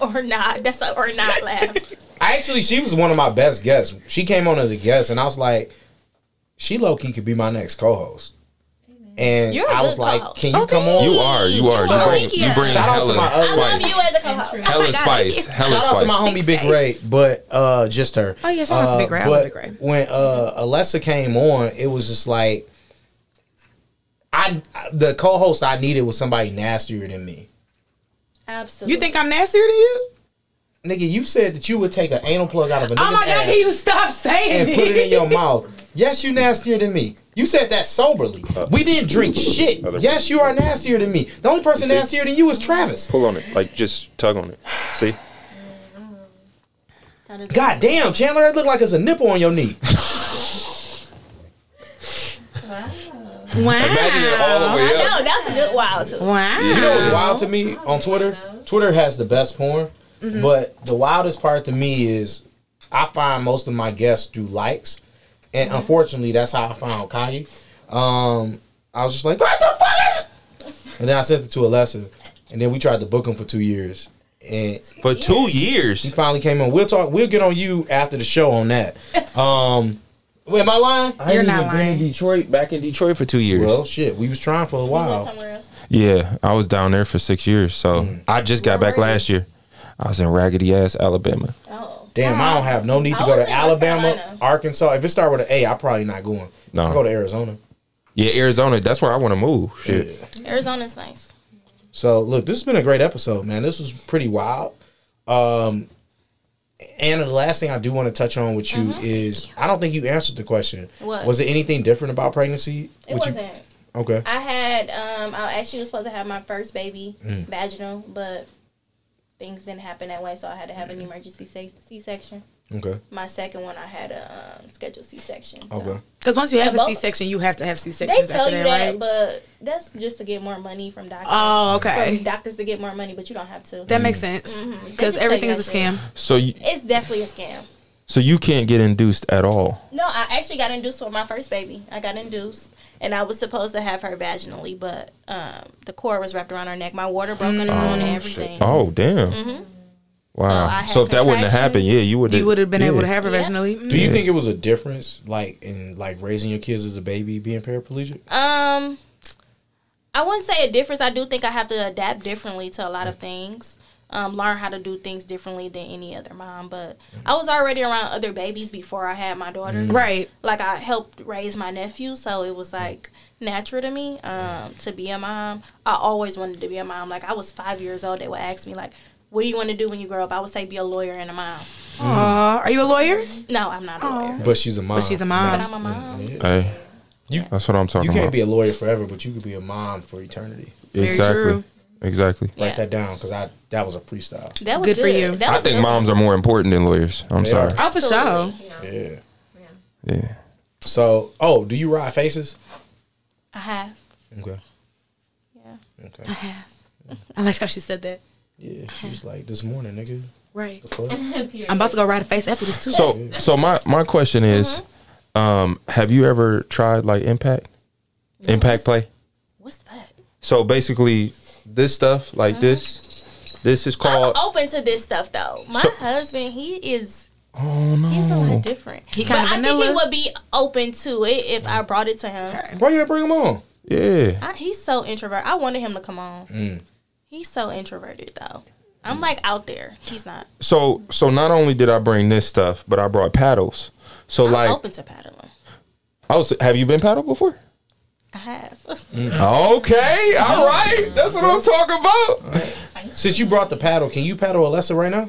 Speaker 5: or not. That's a, or not laugh.
Speaker 2: I actually, she was one of my best guests. She came on as a guest, and I was like, she low key could be my next co-host. And
Speaker 5: You're a
Speaker 2: I was
Speaker 5: good
Speaker 2: like,
Speaker 5: co-host.
Speaker 2: can you
Speaker 3: Okay.
Speaker 2: come on?
Speaker 4: You are, you are. You
Speaker 2: Shout
Speaker 4: bring,
Speaker 2: out-
Speaker 4: you bring
Speaker 2: shout out
Speaker 4: hella,
Speaker 2: to my other
Speaker 5: I love
Speaker 4: spice.
Speaker 5: you as a co-host.
Speaker 4: hella spice. Hella
Speaker 2: Shout out to my
Speaker 4: spice.
Speaker 2: homie Big
Speaker 3: Thanks.
Speaker 2: Ray, but uh, just her.
Speaker 3: Oh, yeah, shout out to
Speaker 2: Uh,
Speaker 3: Big Ray. I love
Speaker 2: but
Speaker 3: Big Ray.
Speaker 2: When uh, Alessa came on, it was just like I I the co-host I needed was somebody nastier than me.
Speaker 5: Absolutely.
Speaker 3: You think I'm nastier than you?
Speaker 2: Nigga, you said that you would take an anal plug out of a nigga's
Speaker 3: Oh my god,
Speaker 2: ass
Speaker 3: can you stop saying
Speaker 2: and
Speaker 3: it?
Speaker 2: put it in your mouth. Yes, you nastier than me. You said that soberly. we didn't drink shit. Yes, you are nastier than me. The only person
Speaker 9: see?
Speaker 2: nastier than you is Travis.
Speaker 9: Pull on it, like just tug on it. See,
Speaker 2: God damn, Chandler, that look like it's a nipple on your knee.
Speaker 3: Wow.
Speaker 9: Imagine it all the way up.
Speaker 5: No, that's a good wild too.
Speaker 3: Wow.
Speaker 2: You know what's wild to me on Twitter? Twitter has the best porn, but the wildest part to me is I find most of my guests do likes, and unfortunately, that's how I found Kanye. Um, I was just like, what the fuck is it? And then I sent it to Alessa, and then we tried to book him for two years, and
Speaker 9: for two
Speaker 2: he
Speaker 9: years.
Speaker 2: finally came on. We'll talk. We'll get on you after the show on that. Um, wait, am I lying?
Speaker 4: I
Speaker 3: You're
Speaker 4: ain't
Speaker 3: not
Speaker 4: even been in
Speaker 3: lying.
Speaker 4: Detroit, back in Detroit for two years.
Speaker 2: Well, shit, we was trying for a while.
Speaker 4: yeah, I was down there for six years. So
Speaker 2: Mm.
Speaker 4: I just got back last year. I was in raggedy ass Alabama.
Speaker 5: Oh.
Speaker 2: Damn, I don't have no need to
Speaker 5: I
Speaker 2: go
Speaker 5: was
Speaker 2: to
Speaker 5: in
Speaker 2: Alabama,
Speaker 5: Carolina.
Speaker 2: Arkansas. If it start with an A, I'm probably not going.
Speaker 4: No.
Speaker 2: I go to Arizona.
Speaker 4: Yeah, Arizona. That's where I want to move. Shit.
Speaker 5: Arizona's nice.
Speaker 2: So look, this has been a great episode, man. This was pretty wild. Um, and the last thing I do want to touch on with you is I don't think you answered the question.
Speaker 5: Uh-huh. What?
Speaker 2: was it? Anything different about pregnancy?
Speaker 5: It
Speaker 2: What you-
Speaker 5: wasn't.
Speaker 2: okay.
Speaker 5: I had um I actually was supposed to have my first baby
Speaker 3: Mm.
Speaker 5: vaginal, but things didn't happen that way, so I had to have an emergency C section.
Speaker 2: Okay.
Speaker 5: My second one, I had a um, scheduled C section. So.
Speaker 2: Okay.
Speaker 3: Because once you have
Speaker 5: Yeah,
Speaker 3: a
Speaker 5: both-
Speaker 3: C section, you have to have C
Speaker 5: They
Speaker 3: sections
Speaker 5: tell
Speaker 3: after that,
Speaker 5: you that,
Speaker 3: right?
Speaker 5: but that's just to get more money from doctors.
Speaker 3: oh,
Speaker 5: From
Speaker 3: okay.
Speaker 5: doctors to get more money, but you don't have to.
Speaker 3: That makes sense.
Speaker 5: Mhm. They
Speaker 3: Because
Speaker 5: just tell
Speaker 3: everything
Speaker 5: you
Speaker 3: is a
Speaker 5: that
Speaker 3: scam.
Speaker 4: So you,
Speaker 5: It's definitely a scam.
Speaker 4: so you can't get induced at all.
Speaker 5: No, I actually got induced for my first baby. I got induced, and I was supposed to have her vaginally, but um, the cord was wrapped around her neck. My water broke on its own and everything.
Speaker 4: Oh damn.
Speaker 5: Mm-hmm. So I
Speaker 4: Wow.
Speaker 5: had
Speaker 4: So, if that wouldn't have happened, yeah,
Speaker 5: contractions.
Speaker 4: you would.
Speaker 3: You would have been able to have her
Speaker 5: Yeah.
Speaker 3: vaginally. Mm.
Speaker 2: Do you think it was a difference, like in like raising your kids as a baby, being paraplegic?
Speaker 5: Um, I wouldn't say a difference. I do think I have to adapt differently to a lot of things. Um, learn how to do things differently than any other mom. But I was already around other babies before I had my daughter.
Speaker 3: Right.
Speaker 5: Like I helped raise my nephew, so it was like natural to me um, to be a mom. I always wanted to be a mom. Like I was five years old, they would ask me like, "What do you want to do when you grow up?" I would say, "Be a lawyer and a mom."
Speaker 3: Aw, are you a lawyer? Oh,
Speaker 5: No, I'm not a lawyer.
Speaker 2: But she's a mom.
Speaker 3: she's a mom.
Speaker 5: But I'm a mom.
Speaker 2: Yeah.
Speaker 4: Hey,
Speaker 2: You-
Speaker 4: that's what I'm talking
Speaker 2: You can't
Speaker 4: about.
Speaker 2: be a lawyer forever, but you could be a mom for eternity.
Speaker 3: Very
Speaker 4: exactly.
Speaker 3: true.
Speaker 4: Exactly.
Speaker 5: Yeah.
Speaker 2: Write that down because I that was a freestyle.
Speaker 5: That was
Speaker 3: Good
Speaker 5: good,
Speaker 3: for you.
Speaker 5: That
Speaker 4: I
Speaker 5: was
Speaker 4: think
Speaker 5: good.
Speaker 4: moms are more important than lawyers. I'm
Speaker 2: They
Speaker 4: sorry.
Speaker 2: are.
Speaker 3: Oh, for sure.
Speaker 7: Absolutely.
Speaker 2: Yeah.
Speaker 4: Yeah.
Speaker 2: So, oh, do you ride faces?
Speaker 5: I have.
Speaker 2: Okay.
Speaker 5: Yeah.
Speaker 2: Okay.
Speaker 3: I like how she said that.
Speaker 2: Yeah. She was like this morning, nigga.
Speaker 3: Right.
Speaker 2: the fuck?"
Speaker 3: I'm about to go ride a face after this too.
Speaker 4: So so my my question is,
Speaker 5: Mm-hmm.
Speaker 4: um, have you ever tried like impact, impact play?
Speaker 5: What's that?
Speaker 4: So basically, this stuff
Speaker 3: Mm-hmm.
Speaker 4: like this, this is called.
Speaker 3: Oh,
Speaker 5: I'm open to this stuff though. My
Speaker 4: So-
Speaker 5: husband, he is
Speaker 4: Oh no.
Speaker 5: he's a lot different. He
Speaker 3: kinda
Speaker 5: but I think he
Speaker 3: vanilla.
Speaker 5: would be open to it if I brought it to him.
Speaker 2: Why you gotta bring him on?
Speaker 4: Yeah.
Speaker 5: I, he's so introvert. I wanted him to come on.
Speaker 4: Mm.
Speaker 5: He's so introverted though. I'm like out there. He's not.
Speaker 4: So so not only did I bring this stuff, but I brought paddles. So
Speaker 5: I'm
Speaker 4: like,
Speaker 3: oh.
Speaker 5: open to paddling.
Speaker 4: oh, so have you been paddled before?
Speaker 5: I have.
Speaker 4: Okay, all right. That's what I'm talking about.
Speaker 2: Since you brought the paddle, can you paddle Alessa right now?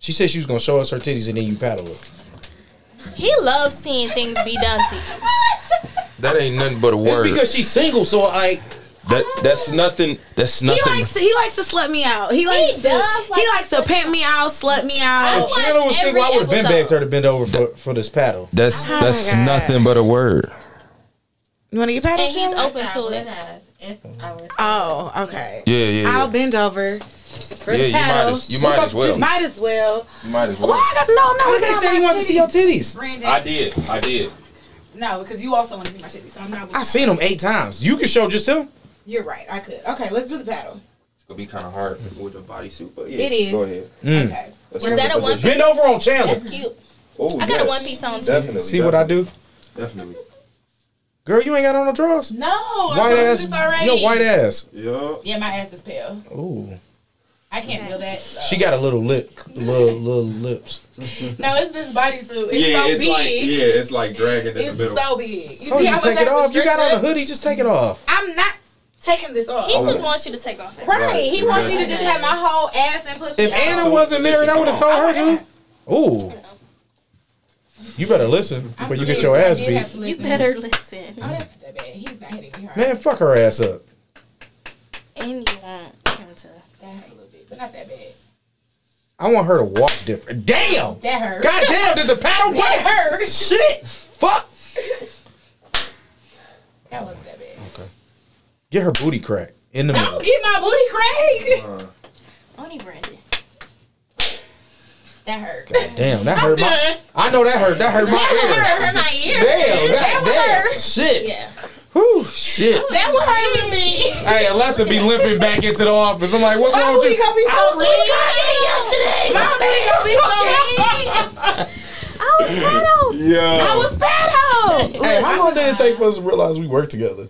Speaker 2: She said she was gonna show us her titties and then you paddle her.
Speaker 5: he loves seeing things be done to you.
Speaker 4: That ain't nothing but a
Speaker 2: It's
Speaker 4: word.
Speaker 2: because she's single, so like
Speaker 4: that that's nothing. That's
Speaker 3: he
Speaker 4: nothing.
Speaker 3: likes to, he likes to slut me out. He likes to,
Speaker 5: does like
Speaker 3: he likes to pimp me out, slut me out.
Speaker 2: if Chandler was single, I would have been begged her to bend over for, for this paddle.
Speaker 4: that's
Speaker 3: Oh my
Speaker 4: that's
Speaker 3: God.
Speaker 4: nothing but a word.
Speaker 3: You want to get paddled?
Speaker 5: And he's
Speaker 3: Chandler?
Speaker 5: open to it.
Speaker 7: If I was
Speaker 3: Oh, okay.
Speaker 4: Yeah, yeah, yeah.
Speaker 3: I'll bend over. For
Speaker 4: yeah,
Speaker 3: the
Speaker 4: you might
Speaker 3: paddle.
Speaker 4: as you might as well.
Speaker 3: Might as well.
Speaker 4: You might as
Speaker 3: Why I got no? I'm
Speaker 2: Look,
Speaker 3: not. looking
Speaker 2: they
Speaker 3: at
Speaker 2: said
Speaker 3: my
Speaker 2: he wanted to see your titties.
Speaker 3: titties. Brandon,
Speaker 4: I did. I did.
Speaker 3: no, because you also want to see my titties, so I'm not.
Speaker 2: I seen him eight times. You can show just him.
Speaker 3: You're right. I could. Okay, let's do the paddle.
Speaker 4: It's gonna be kind of hard with the bodysuit, but yeah.
Speaker 3: It is. go
Speaker 4: ahead.
Speaker 3: Okay.
Speaker 5: Was that a one?
Speaker 2: Bend over on Chandler.
Speaker 5: That's cute.
Speaker 4: Oh,
Speaker 5: I got a one piece on too.
Speaker 4: Definitely.
Speaker 2: See what I do?
Speaker 4: Definitely.
Speaker 2: Girl, you ain't got on no drawers.
Speaker 3: No, I
Speaker 2: White
Speaker 3: told you
Speaker 2: ass.
Speaker 3: this already.
Speaker 2: Yo, white ass.
Speaker 4: Yeah.
Speaker 3: Yeah, my ass is pale.
Speaker 2: Ooh.
Speaker 10: I can't feel that. so.
Speaker 2: She got a little lip, little little lips.
Speaker 10: No, it's this bodysuit. It's
Speaker 11: yeah,
Speaker 10: so
Speaker 11: it's
Speaker 10: big.
Speaker 11: like yeah, it's like dragging in
Speaker 10: It's
Speaker 11: the middle.
Speaker 10: so big. You
Speaker 2: Oh,
Speaker 10: see
Speaker 2: you
Speaker 10: how much
Speaker 2: take
Speaker 10: I
Speaker 2: it
Speaker 10: have
Speaker 2: off.
Speaker 10: to
Speaker 2: You got on a
Speaker 10: stretch that?
Speaker 2: hoodie. Just take it off.
Speaker 10: I'm not taking this off.
Speaker 5: He just wants you to take off.
Speaker 10: right. He
Speaker 11: Right.
Speaker 10: wants me to just have my whole ass and pussy.
Speaker 2: If
Speaker 10: out.
Speaker 2: Anna
Speaker 11: So
Speaker 2: wasn't
Speaker 11: they
Speaker 2: married,
Speaker 11: can
Speaker 2: I would have
Speaker 11: come
Speaker 2: told her to. Ooh. You better listen
Speaker 10: I'm
Speaker 2: before you get
Speaker 10: serious,
Speaker 2: your
Speaker 10: I
Speaker 2: ass
Speaker 10: did
Speaker 2: beat.
Speaker 10: have to
Speaker 5: You
Speaker 10: listen.
Speaker 5: better listen.
Speaker 10: Oh, that's not that bad. He's not hitting me hard.
Speaker 2: Man, fuck her ass up.
Speaker 5: And you want him to.
Speaker 10: That hurt a little bit, but not that bad.
Speaker 2: I want her to walk different. Damn!
Speaker 10: That hurt.
Speaker 2: God damn, did the paddle
Speaker 10: That
Speaker 2: work?
Speaker 10: hurt.
Speaker 2: Shit! Fuck!
Speaker 10: That wasn't that bad.
Speaker 2: Get her booty cracked in the middle.
Speaker 10: Don't get my booty, Craig.
Speaker 5: Only Brandon.
Speaker 10: That hurt.
Speaker 2: Damn, that hurt my. I know that hurt. That hurt my ear.
Speaker 10: That hurt my ear.
Speaker 2: Damn, that, damn, shit.
Speaker 5: Yeah.
Speaker 2: Whew, shit.
Speaker 10: That would hurt a little bit.
Speaker 2: Hey, Alessa be limping back into the office. I'm like, what's
Speaker 10: My
Speaker 2: wrong with
Speaker 10: booty
Speaker 2: you?
Speaker 10: Oh, gonna be
Speaker 2: I
Speaker 10: so big.
Speaker 2: was really
Speaker 10: My booty gonna be so big.
Speaker 5: I was paddled.
Speaker 11: Yeah.
Speaker 3: was fat
Speaker 2: Hey, how long did it take for us to realize we worked together?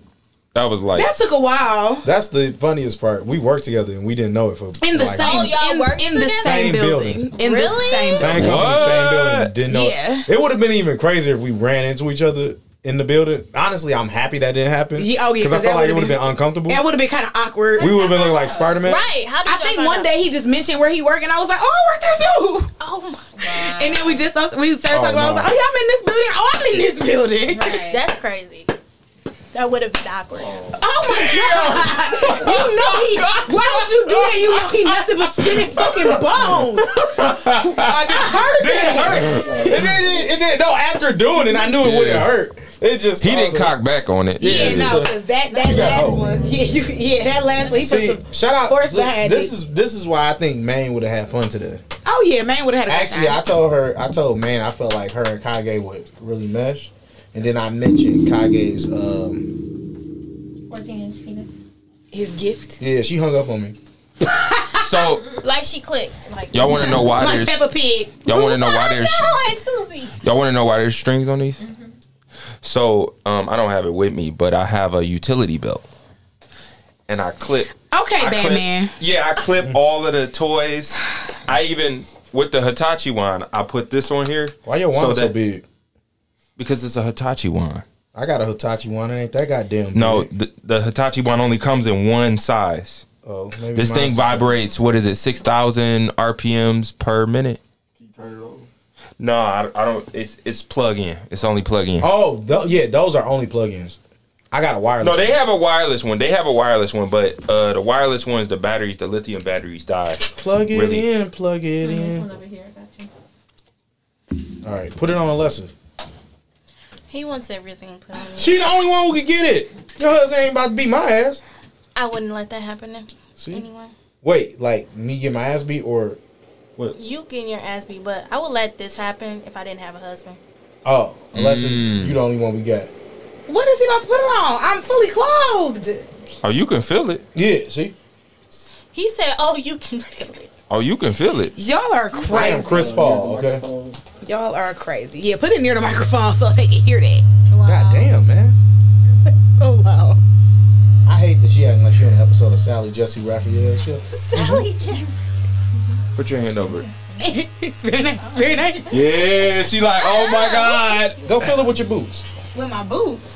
Speaker 4: That was like
Speaker 3: That took a while.
Speaker 2: That's the funniest part. We worked together and we didn't know it for
Speaker 3: In the
Speaker 2: like,
Speaker 3: same,
Speaker 10: Oh, y'all
Speaker 3: in,
Speaker 10: worked
Speaker 3: in the
Speaker 10: together?
Speaker 2: Same
Speaker 3: same building.
Speaker 2: building.
Speaker 3: In
Speaker 5: Really?
Speaker 3: the same
Speaker 2: Same
Speaker 3: building.
Speaker 2: company, same
Speaker 4: What?
Speaker 2: building. Didn't know.
Speaker 3: Yeah.
Speaker 2: It would have been even crazier if we ran into each other in the building. Honestly, I'm happy that didn't happen.
Speaker 3: Yeah, oh, yeah,
Speaker 2: because I
Speaker 3: 'cause that
Speaker 2: felt like it would
Speaker 3: would've
Speaker 2: have been
Speaker 3: been-
Speaker 2: uncomfortable.
Speaker 3: That would have been kind of awkward.
Speaker 2: we would have been looking like Spider Man.
Speaker 5: Right. How did
Speaker 3: I
Speaker 5: y'all
Speaker 3: think
Speaker 5: find
Speaker 3: one
Speaker 5: out?
Speaker 3: day he just mentioned where he worked, and I was like, "Oh, I work there too."
Speaker 5: Oh my.
Speaker 3: And then we just we started
Speaker 2: Oh,
Speaker 3: talking. about I was
Speaker 2: no.
Speaker 3: like, "Oh, yeah, I'm in this building. Oh, I'm in this building."
Speaker 5: That's crazy. That would have been awkward.
Speaker 3: Oh my god! you know he. Why would you do that? You know he nothing but skin and fucking bone. I heard
Speaker 2: It
Speaker 3: that.
Speaker 2: hurt. It didn't, it didn't, no, after doing it, I knew it
Speaker 4: Yeah.
Speaker 2: wouldn't hurt. It just
Speaker 4: he didn't cock back on it.
Speaker 2: Yeah,
Speaker 3: Yeah, no, because that that
Speaker 2: You got
Speaker 3: last
Speaker 2: hope.
Speaker 3: one. Yeah, you, yeah, that last one. He
Speaker 2: See,
Speaker 3: put some.
Speaker 2: shout out.
Speaker 3: force
Speaker 2: look,
Speaker 3: behind
Speaker 2: this
Speaker 3: it.
Speaker 2: is this is why I think Maine would have had fun today.
Speaker 3: Oh yeah, man would have had a good
Speaker 2: Actually, I
Speaker 3: time.
Speaker 2: told her, I told man, I felt like her and Kage would really mesh, and then I mentioned Kage's. Um,
Speaker 7: 14 inch penis.
Speaker 3: his gift.
Speaker 2: yeah, she hung up on me.
Speaker 4: So
Speaker 5: Like she clicked. Like.
Speaker 4: y'all want to know why
Speaker 3: Like
Speaker 4: there's
Speaker 3: Peppa Pig.
Speaker 4: y'all want to know why there's
Speaker 5: Oh, it's Susie.
Speaker 4: Y'all want to know why there's strings on these?
Speaker 10: Mm-hmm.
Speaker 4: So um, I don't have it with me, but I have a utility belt, and I clip.
Speaker 3: Okay,
Speaker 4: I clip-
Speaker 3: Batman.
Speaker 4: yeah, I clip all of the toys. I even with the Hitachi wand, I put this on here.
Speaker 2: Why your wand so,
Speaker 4: that-
Speaker 2: big?
Speaker 4: Because it's a Hitachi wand.
Speaker 2: I got a Hitachi wand. It ain't that goddamn.
Speaker 4: No,
Speaker 2: big.
Speaker 4: the, the Hitachi wand only comes in one size.
Speaker 2: Oh, maybe
Speaker 4: This
Speaker 2: mine's-
Speaker 4: thing vibrates. What is it? Six thousand RPMs per minute.
Speaker 11: Turn it over.
Speaker 4: No, I, I don't. It's it's plug in. It's only plug in.
Speaker 2: Oh, th- yeah, those are only plugins. I got a wireless.
Speaker 4: No, they have a wireless one. They have a wireless one, but uh, the wireless ones, the batteries, the lithium batteries die.
Speaker 2: plug it
Speaker 4: really-
Speaker 2: in. Plug it
Speaker 7: This
Speaker 3: Mm-hmm.
Speaker 2: in.
Speaker 7: one over here, I got you.
Speaker 2: All right, put it on Alessa.
Speaker 5: He wants everything put on you.
Speaker 2: She the only one who could get it. Your husband ain't about to beat my ass.
Speaker 5: I wouldn't let that happen to
Speaker 2: See?
Speaker 5: anyone.
Speaker 2: Wait, like me get my ass beat or
Speaker 5: You getting your ass beat, but I would let this happen if I didn't have a husband.
Speaker 2: oh Alessa, you the only one we got.
Speaker 3: What is he about to put it on? I'm fully clothed.
Speaker 4: Oh, you can feel it.
Speaker 2: Yeah, see,
Speaker 5: He said, "Oh, you can feel it."
Speaker 4: Oh, you can feel it.
Speaker 3: Y'all are
Speaker 2: I
Speaker 3: crazy.
Speaker 2: am Chris Paul. Okay.
Speaker 3: Y'all are crazy. Yeah, put it near the microphone so they can hear that.
Speaker 5: Wow.
Speaker 2: God damn, man.
Speaker 3: So loud.
Speaker 2: I hate that she acting like she on an episode of Sally Jesse Raphael. She,
Speaker 3: Sally Jim.
Speaker 4: Put your hand over. it.
Speaker 3: it's very nice. Very nice.
Speaker 4: Yeah, she like, oh my god,
Speaker 2: go fill it with your boobs.
Speaker 10: With my boobs.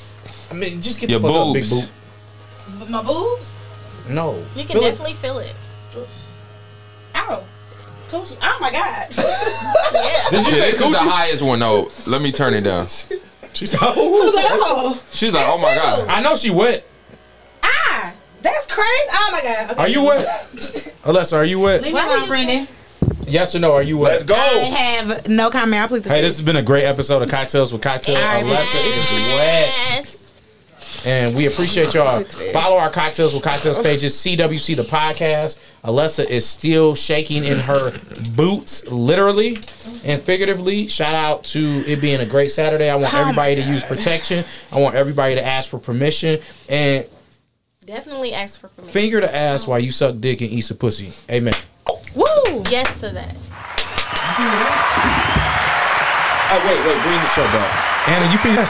Speaker 2: I mean, just get
Speaker 4: your
Speaker 2: the fuck up, big
Speaker 4: boobs.
Speaker 2: boob.
Speaker 10: With my boobs.
Speaker 2: No,
Speaker 5: You can
Speaker 2: Fill it.
Speaker 5: definitely feel it.
Speaker 10: Ow. Coochie. Oh my god.
Speaker 4: Did you say this is the highest one though. Let me turn it down.
Speaker 2: She's like, "Ooh."
Speaker 10: Oh.
Speaker 4: She's like, oh my god.
Speaker 2: I know she wet.
Speaker 10: Ah. That's crazy. Oh my god. Okay.
Speaker 2: Are you wet? Alessa, are you wet?
Speaker 10: Leave me alone, Brandon.
Speaker 2: Yes or no? Are you wet?
Speaker 4: Let's
Speaker 3: I
Speaker 4: go.
Speaker 3: have no comment. I plead the
Speaker 2: Hey, this has been a great episode of Cocktails with Cocktail.
Speaker 3: I
Speaker 2: Alessa is wet.
Speaker 5: Yes.
Speaker 2: And we appreciate y'all. Follow our Cocktails with Cocktails pages, CWC the podcast. Alessa is still shaking in her boots, literally and figuratively. Shout out to it being a great Saturday. I want
Speaker 3: Oh my
Speaker 2: everybody to use protection. I want everybody to ask for permission. And
Speaker 5: Definitely ask for permission.
Speaker 2: finger to ass while you suck dick and eat some pussy. Amen.
Speaker 3: Woo!
Speaker 5: Yes to that.
Speaker 2: Oh, wait, wait, bring the show back. Anna, you feel